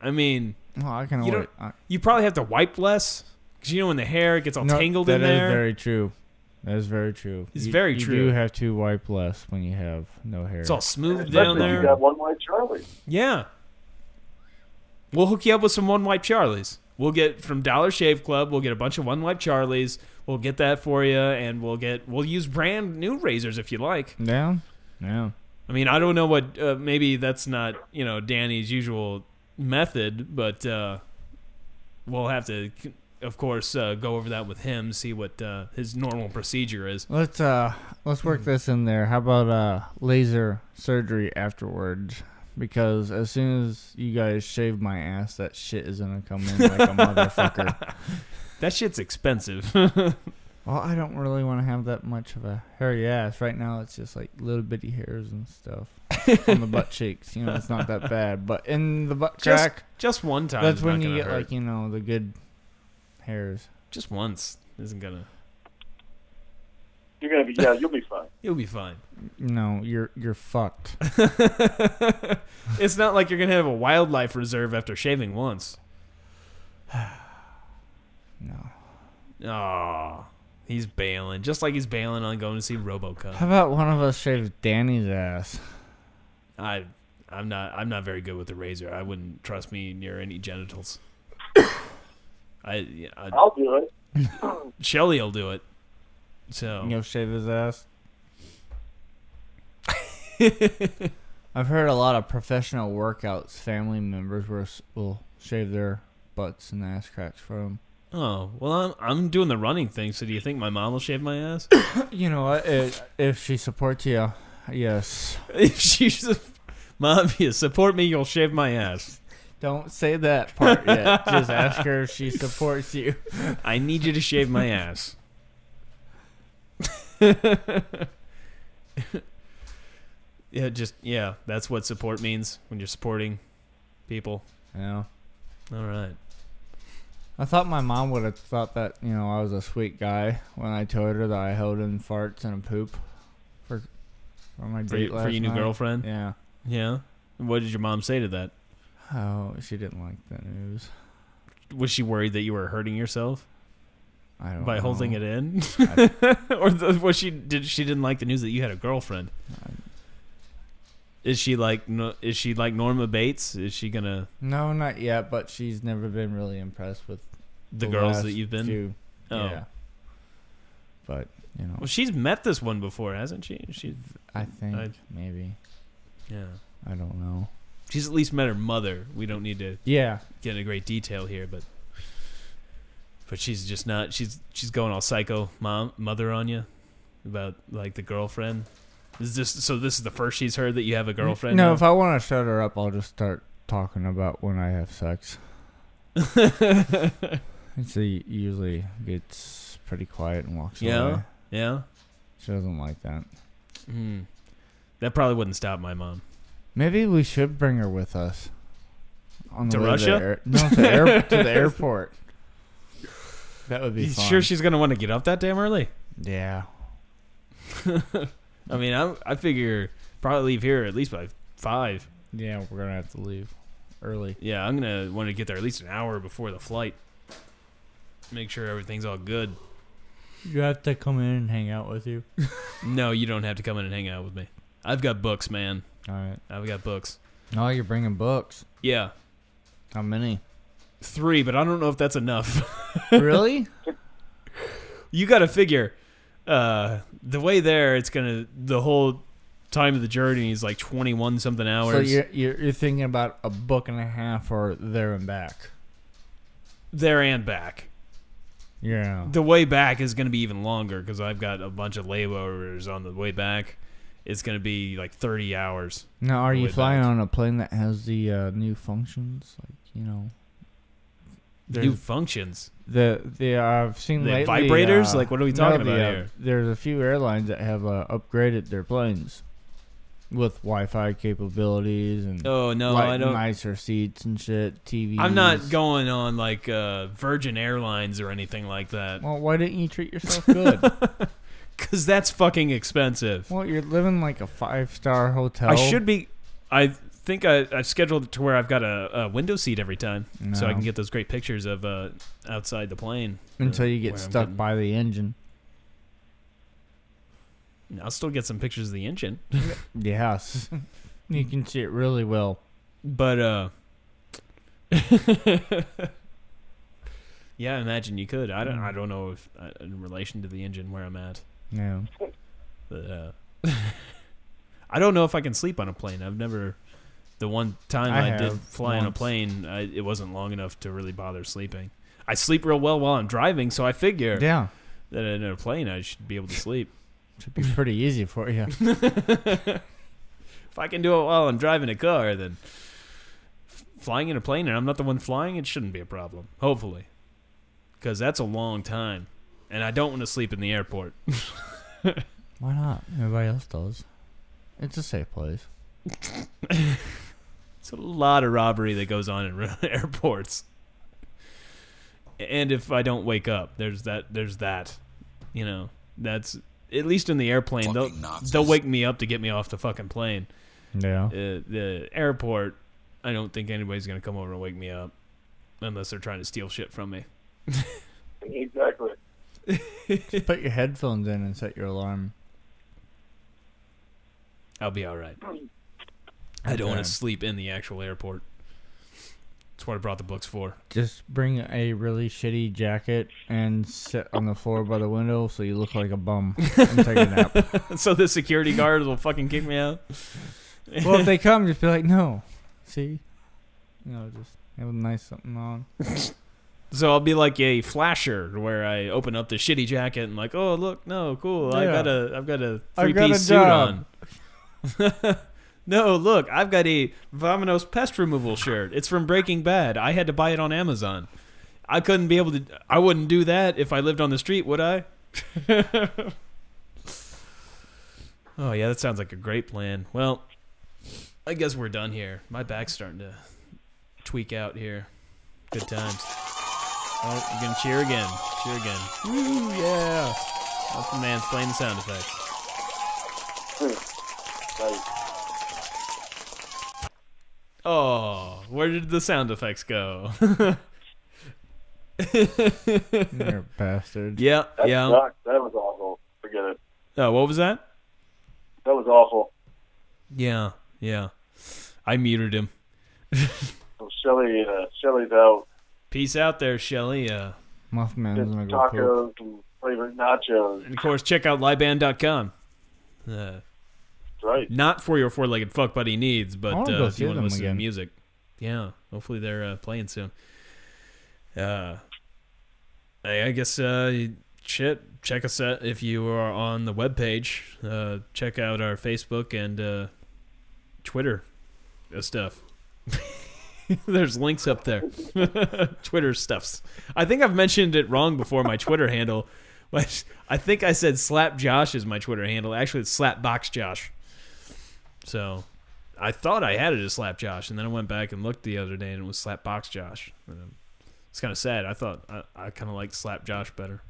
Speaker 4: I mean,
Speaker 5: no, I can
Speaker 4: You
Speaker 5: wait.
Speaker 4: don't-
Speaker 5: I-
Speaker 4: you probably have to wipe less because you know when the hair it gets all
Speaker 5: no,
Speaker 4: tangled
Speaker 5: that
Speaker 4: in
Speaker 5: is
Speaker 4: there.
Speaker 5: very true. That is very true.
Speaker 4: It's
Speaker 5: You-
Speaker 4: very
Speaker 5: You
Speaker 4: true.
Speaker 5: do have to wipe less when you have no hair.
Speaker 4: it's all smooth
Speaker 6: Especially
Speaker 4: down
Speaker 6: if
Speaker 4: there.
Speaker 6: You got one white Charlie.
Speaker 4: Yeah. We'll hook you up with some One Wipe Charlies. We'll get from Dollar Shave Club. We'll get a bunch of One Wipe Charlies. We'll get that for you, and we'll get we'll use brand new razors if you like.
Speaker 5: Yeah, yeah.
Speaker 4: I mean, I don't know what uh, maybe that's not you know Danny's usual method, but uh, we'll have to, of course, uh, go over that with him, see what uh, his normal procedure is.
Speaker 5: Let's uh let's
Speaker 4: Hmm.
Speaker 5: work this in there. How about uh laser surgery afterwards? Because as soon as you guys shave my ass, that shit is gonna come in like a motherfucker.
Speaker 4: That shit's expensive.
Speaker 5: Well, I don't really want to have that much of a hairy ass right now. It's just like little bitty hairs and stuff on the butt cheeks. You know, it's not that bad, but in the butt
Speaker 4: Just
Speaker 5: crack,
Speaker 4: just one time.
Speaker 5: that's when
Speaker 4: not
Speaker 5: you
Speaker 4: gonna
Speaker 5: get
Speaker 4: hurt.
Speaker 5: like you know the good hairs.
Speaker 4: just once isn't gonna.
Speaker 6: You're gonna be yeah. You'll be fine.
Speaker 4: You'll be fine.
Speaker 5: No, you're you're fucked.
Speaker 4: it's not like you're gonna have a wildlife reserve after shaving once.
Speaker 5: No.
Speaker 4: Oh, he's bailing, just like he's bailing on going to see RoboCop.
Speaker 5: How about one of us shaves Danny's ass?
Speaker 4: I, I'm not, I'm not very good with the razor. I wouldn't trust me near any genitals. I, I
Speaker 6: I'll do it.
Speaker 4: Shelly will do it. So
Speaker 5: You'll shave his ass. I've heard a lot of professional workouts. Family members will, will shave their butts and ass cracks for them.
Speaker 4: Oh well, I'm I'm doing the running thing. So do you think my mom will shave my ass?
Speaker 5: You know what? If, if she supports you, yes.
Speaker 4: if she's a, mom, if you support me, you'll shave my ass.
Speaker 5: Don't say that part yet. Just ask her if she supports you.
Speaker 4: I need you to shave my ass. yeah, just yeah. That's what support means when you're supporting people.
Speaker 5: Yeah.
Speaker 4: All right.
Speaker 5: I thought my mom would have thought that you know I was a sweet guy when I told her that I held in farts and a poop for for my
Speaker 4: For,
Speaker 5: date
Speaker 4: you- for
Speaker 5: last
Speaker 4: your new
Speaker 5: night.
Speaker 4: girlfriend. Yeah.
Speaker 5: Yeah.
Speaker 4: What did your mom say to that?
Speaker 5: Oh, she didn't like the news.
Speaker 4: Was she worried that you were hurting yourself
Speaker 5: I don't
Speaker 4: by holding
Speaker 5: know.
Speaker 4: it in, or th- was she did she didn't like the news that you had a girlfriend? Is she like no, is she like Norma Bates? Is she gonna
Speaker 5: No, not yet. But she's never been really impressed with
Speaker 4: the, girls that
Speaker 5: last
Speaker 4: you've been?
Speaker 5: few-
Speaker 4: Oh.
Speaker 5: Yeah. But you know,
Speaker 4: Well, she's met this one before, hasn't she? She's
Speaker 5: I think
Speaker 4: I-
Speaker 5: maybe
Speaker 4: yeah.
Speaker 5: I don't know.
Speaker 4: She's at least met her mother. We don't need to
Speaker 5: Yeah,
Speaker 4: get into great detail here, but but she's just not. She's she's going all psycho, mom, mother on you about like the girlfriend. Is this so? This is the first she's heard that you have a girlfriend.
Speaker 5: No,
Speaker 4: now?
Speaker 5: if I want to shut her up, I'll just start talking about when I have sex. And she usually gets pretty quiet and walks
Speaker 4: Yeah?
Speaker 5: away.
Speaker 4: yeah.
Speaker 5: She doesn't like that.
Speaker 4: Mm. That probably wouldn't stop my mom.
Speaker 5: Maybe we should bring her with us. On
Speaker 4: To
Speaker 5: way
Speaker 4: Russia?
Speaker 5: air- no, to, air- to the airport. That would be
Speaker 4: You
Speaker 5: fun.
Speaker 4: sure she's gonna want to get up that damn early?
Speaker 5: yeah.
Speaker 4: I mean, I I figure probably leave here at least by five.
Speaker 5: Yeah, we're gonna have to leave early.
Speaker 4: Yeah, I'm gonna want to get there at least an hour before the flight. Make sure everything's all good.
Speaker 5: You have to come in and hang out with you.
Speaker 4: No, you don't have to come in and hang out with me. I've got books, man.
Speaker 5: All right.
Speaker 4: I've got books.
Speaker 5: Oh, you're bringing books.
Speaker 4: Yeah,
Speaker 5: How many?
Speaker 4: three, but I don't know if that's enough.
Speaker 5: really?
Speaker 4: you got to figure uh, the way there. It's gonna the whole time of the journey is like 21 something hours.
Speaker 5: So you're, you're you're thinking about a book and a half or there and back.
Speaker 4: there and back.
Speaker 5: Yeah.
Speaker 4: The way back is going to be even longer because I've got a bunch of layovers on the way back. It's going to be like 30 hours.
Speaker 5: Now, are you
Speaker 4: Way
Speaker 5: flying
Speaker 4: back.
Speaker 5: on a plane that has the uh, new functions? Like you know,
Speaker 4: New
Speaker 5: there's-
Speaker 4: functions.
Speaker 5: the the uh, I've seen
Speaker 4: The
Speaker 5: lately,
Speaker 4: vibrators?
Speaker 5: uh,
Speaker 4: Like, what are we
Speaker 5: no,
Speaker 4: talking
Speaker 5: the,
Speaker 4: about
Speaker 5: uh,
Speaker 4: here?
Speaker 5: There's a few airlines that have uh, upgraded their planes with Wi-Fi capabilities and
Speaker 4: Oh, no,
Speaker 5: like,
Speaker 4: I don't.
Speaker 5: nicer seats and shit. TVs.
Speaker 4: I'm not going on like uh, Virgin Airlines or anything like that
Speaker 5: Well, why didn't you treat yourself good?
Speaker 4: because that's fucking expensive.
Speaker 5: well, you're living like a five-star hotel.
Speaker 4: I should be. I think I, I've scheduled it to where I've got a, a window seat every time, so I
Speaker 5: No.
Speaker 4: can get those great pictures of uh, outside the plane. uh,
Speaker 5: until you
Speaker 4: where
Speaker 5: get
Speaker 4: I'm
Speaker 5: stuck
Speaker 4: getting-
Speaker 5: by the engine.
Speaker 4: I'll still get some pictures of the engine,
Speaker 5: Yes, you can see it really well.
Speaker 4: but uh, yeah, I imagine you could. I don't. I don't know if uh, in relation to the engine where I'm at,
Speaker 5: Yeah.
Speaker 4: but uh, I don't know if I can sleep on a plane. I've never. The one time
Speaker 5: I
Speaker 4: I, did
Speaker 5: have
Speaker 4: fly on a
Speaker 5: once.
Speaker 4: plane, I, it wasn't long enough to really bother sleeping. I sleep real well while I'm driving, so I figure.
Speaker 5: Yeah.
Speaker 4: that in a plane I should be able to sleep.
Speaker 5: Should be pretty easy for you.
Speaker 4: if I can do it while I'm driving a car, then f- flying in a plane and I'm not the one flying, it shouldn't be a problem. Hopefully, because that's a long time, and I don't want to sleep in the airport.
Speaker 5: Why not? Everybody else does. It's a safe place.
Speaker 4: It's a lot of robbery that goes on in real airports. And if I don't wake up, there's that. There's that. You know, that's at least in the airplane. They'll,
Speaker 3: Fucking Nazis.
Speaker 4: they'll wake me up to get me off the fucking plane.
Speaker 5: Yeah.
Speaker 4: uh, the airport, I don't think anybody's gonna come over and wake me up unless they're trying to steal shit from me.
Speaker 6: Exactly.
Speaker 5: Put your headphones in and set your alarm.
Speaker 4: I'll be all right. I don't want
Speaker 5: Okay.
Speaker 4: to sleep in the actual airport. That's what I brought the books for.
Speaker 5: Just bring a really shitty jacket and sit on the floor by the window so you look like a bum and take a nap.
Speaker 4: so the security guards will fucking kick me out.
Speaker 5: Well, if they come, just be like, no. See? You know, just have a nice something on.
Speaker 4: So I'll be like a flasher where I open up the shitty jacket and like, oh look, no, cool. I
Speaker 5: Yeah.
Speaker 4: got a I've got a
Speaker 5: I
Speaker 4: three
Speaker 5: got a
Speaker 4: piece suit
Speaker 5: job.
Speaker 4: on. no, look, I've got a Vamanos pest removal shirt. It's from Breaking Bad. I had to buy it on Amazon. I couldn't be able to I wouldn't do that if I lived on the street, would I? oh yeah, that sounds like a great plan. Well, I guess we're done here. My back's starting to tweak out here. Good times. Oh, you can cheer again. Cheer again. Woo, yeah. Alpha Man's playing the sound effects.
Speaker 6: Nice.
Speaker 4: Oh, where did the sound effects go?
Speaker 5: You're a bastard.
Speaker 4: yeah,
Speaker 6: That
Speaker 4: yeah.
Speaker 6: sucks. That was awful. Forget it.
Speaker 4: Oh, what was that?
Speaker 6: That was awful.
Speaker 4: Yeah, yeah. I muted him.
Speaker 6: So Shelly, uh, Shelly's out.
Speaker 4: Peace out there, Shelly. Uh,
Speaker 5: Muffman's
Speaker 6: Just
Speaker 5: gonna go poop.
Speaker 6: tacos and flavored nachos.
Speaker 4: and of course, check out liban.com. Uh,
Speaker 6: That's right.
Speaker 4: not for your four-legged fuck buddy needs, but
Speaker 5: I wanna
Speaker 4: uh,
Speaker 5: go
Speaker 4: if you
Speaker 5: see
Speaker 4: want to
Speaker 5: them
Speaker 4: listen to
Speaker 5: again.
Speaker 4: music, yeah. Hopefully they're uh, playing soon. Uh, I, I guess uh, shit. Check us out if you are on the webpage. Uh, check out our Facebook and uh, Twitter uh, stuff. There's links up there. Twitter stuffs. I think I've mentioned it wrong before. My Twitter handle. But I think I said Slap Josh is my Twitter handle. Actually, it's Slapbox Josh. So I thought I had it as Slap Josh, and then I went back and looked the other day, and it was Slap Box Josh. And um, it's kind of sad. I thought I, I kind of like Slap Josh better,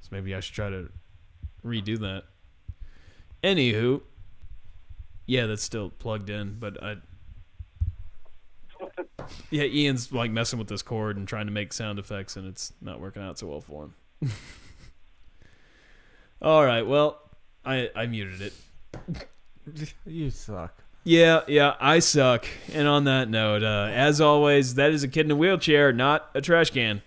Speaker 4: so maybe I should try to redo that. Anywho, yeah, that's still plugged in, but I. Yeah, Ian's like messing with this cord and trying to make sound effects, and it's not working out so well for him. All right, well, I I muted it.
Speaker 5: You suck.
Speaker 4: Yeah, yeah, I suck. And on that note, uh, as always, that is a kid in a wheelchair, not a trash can.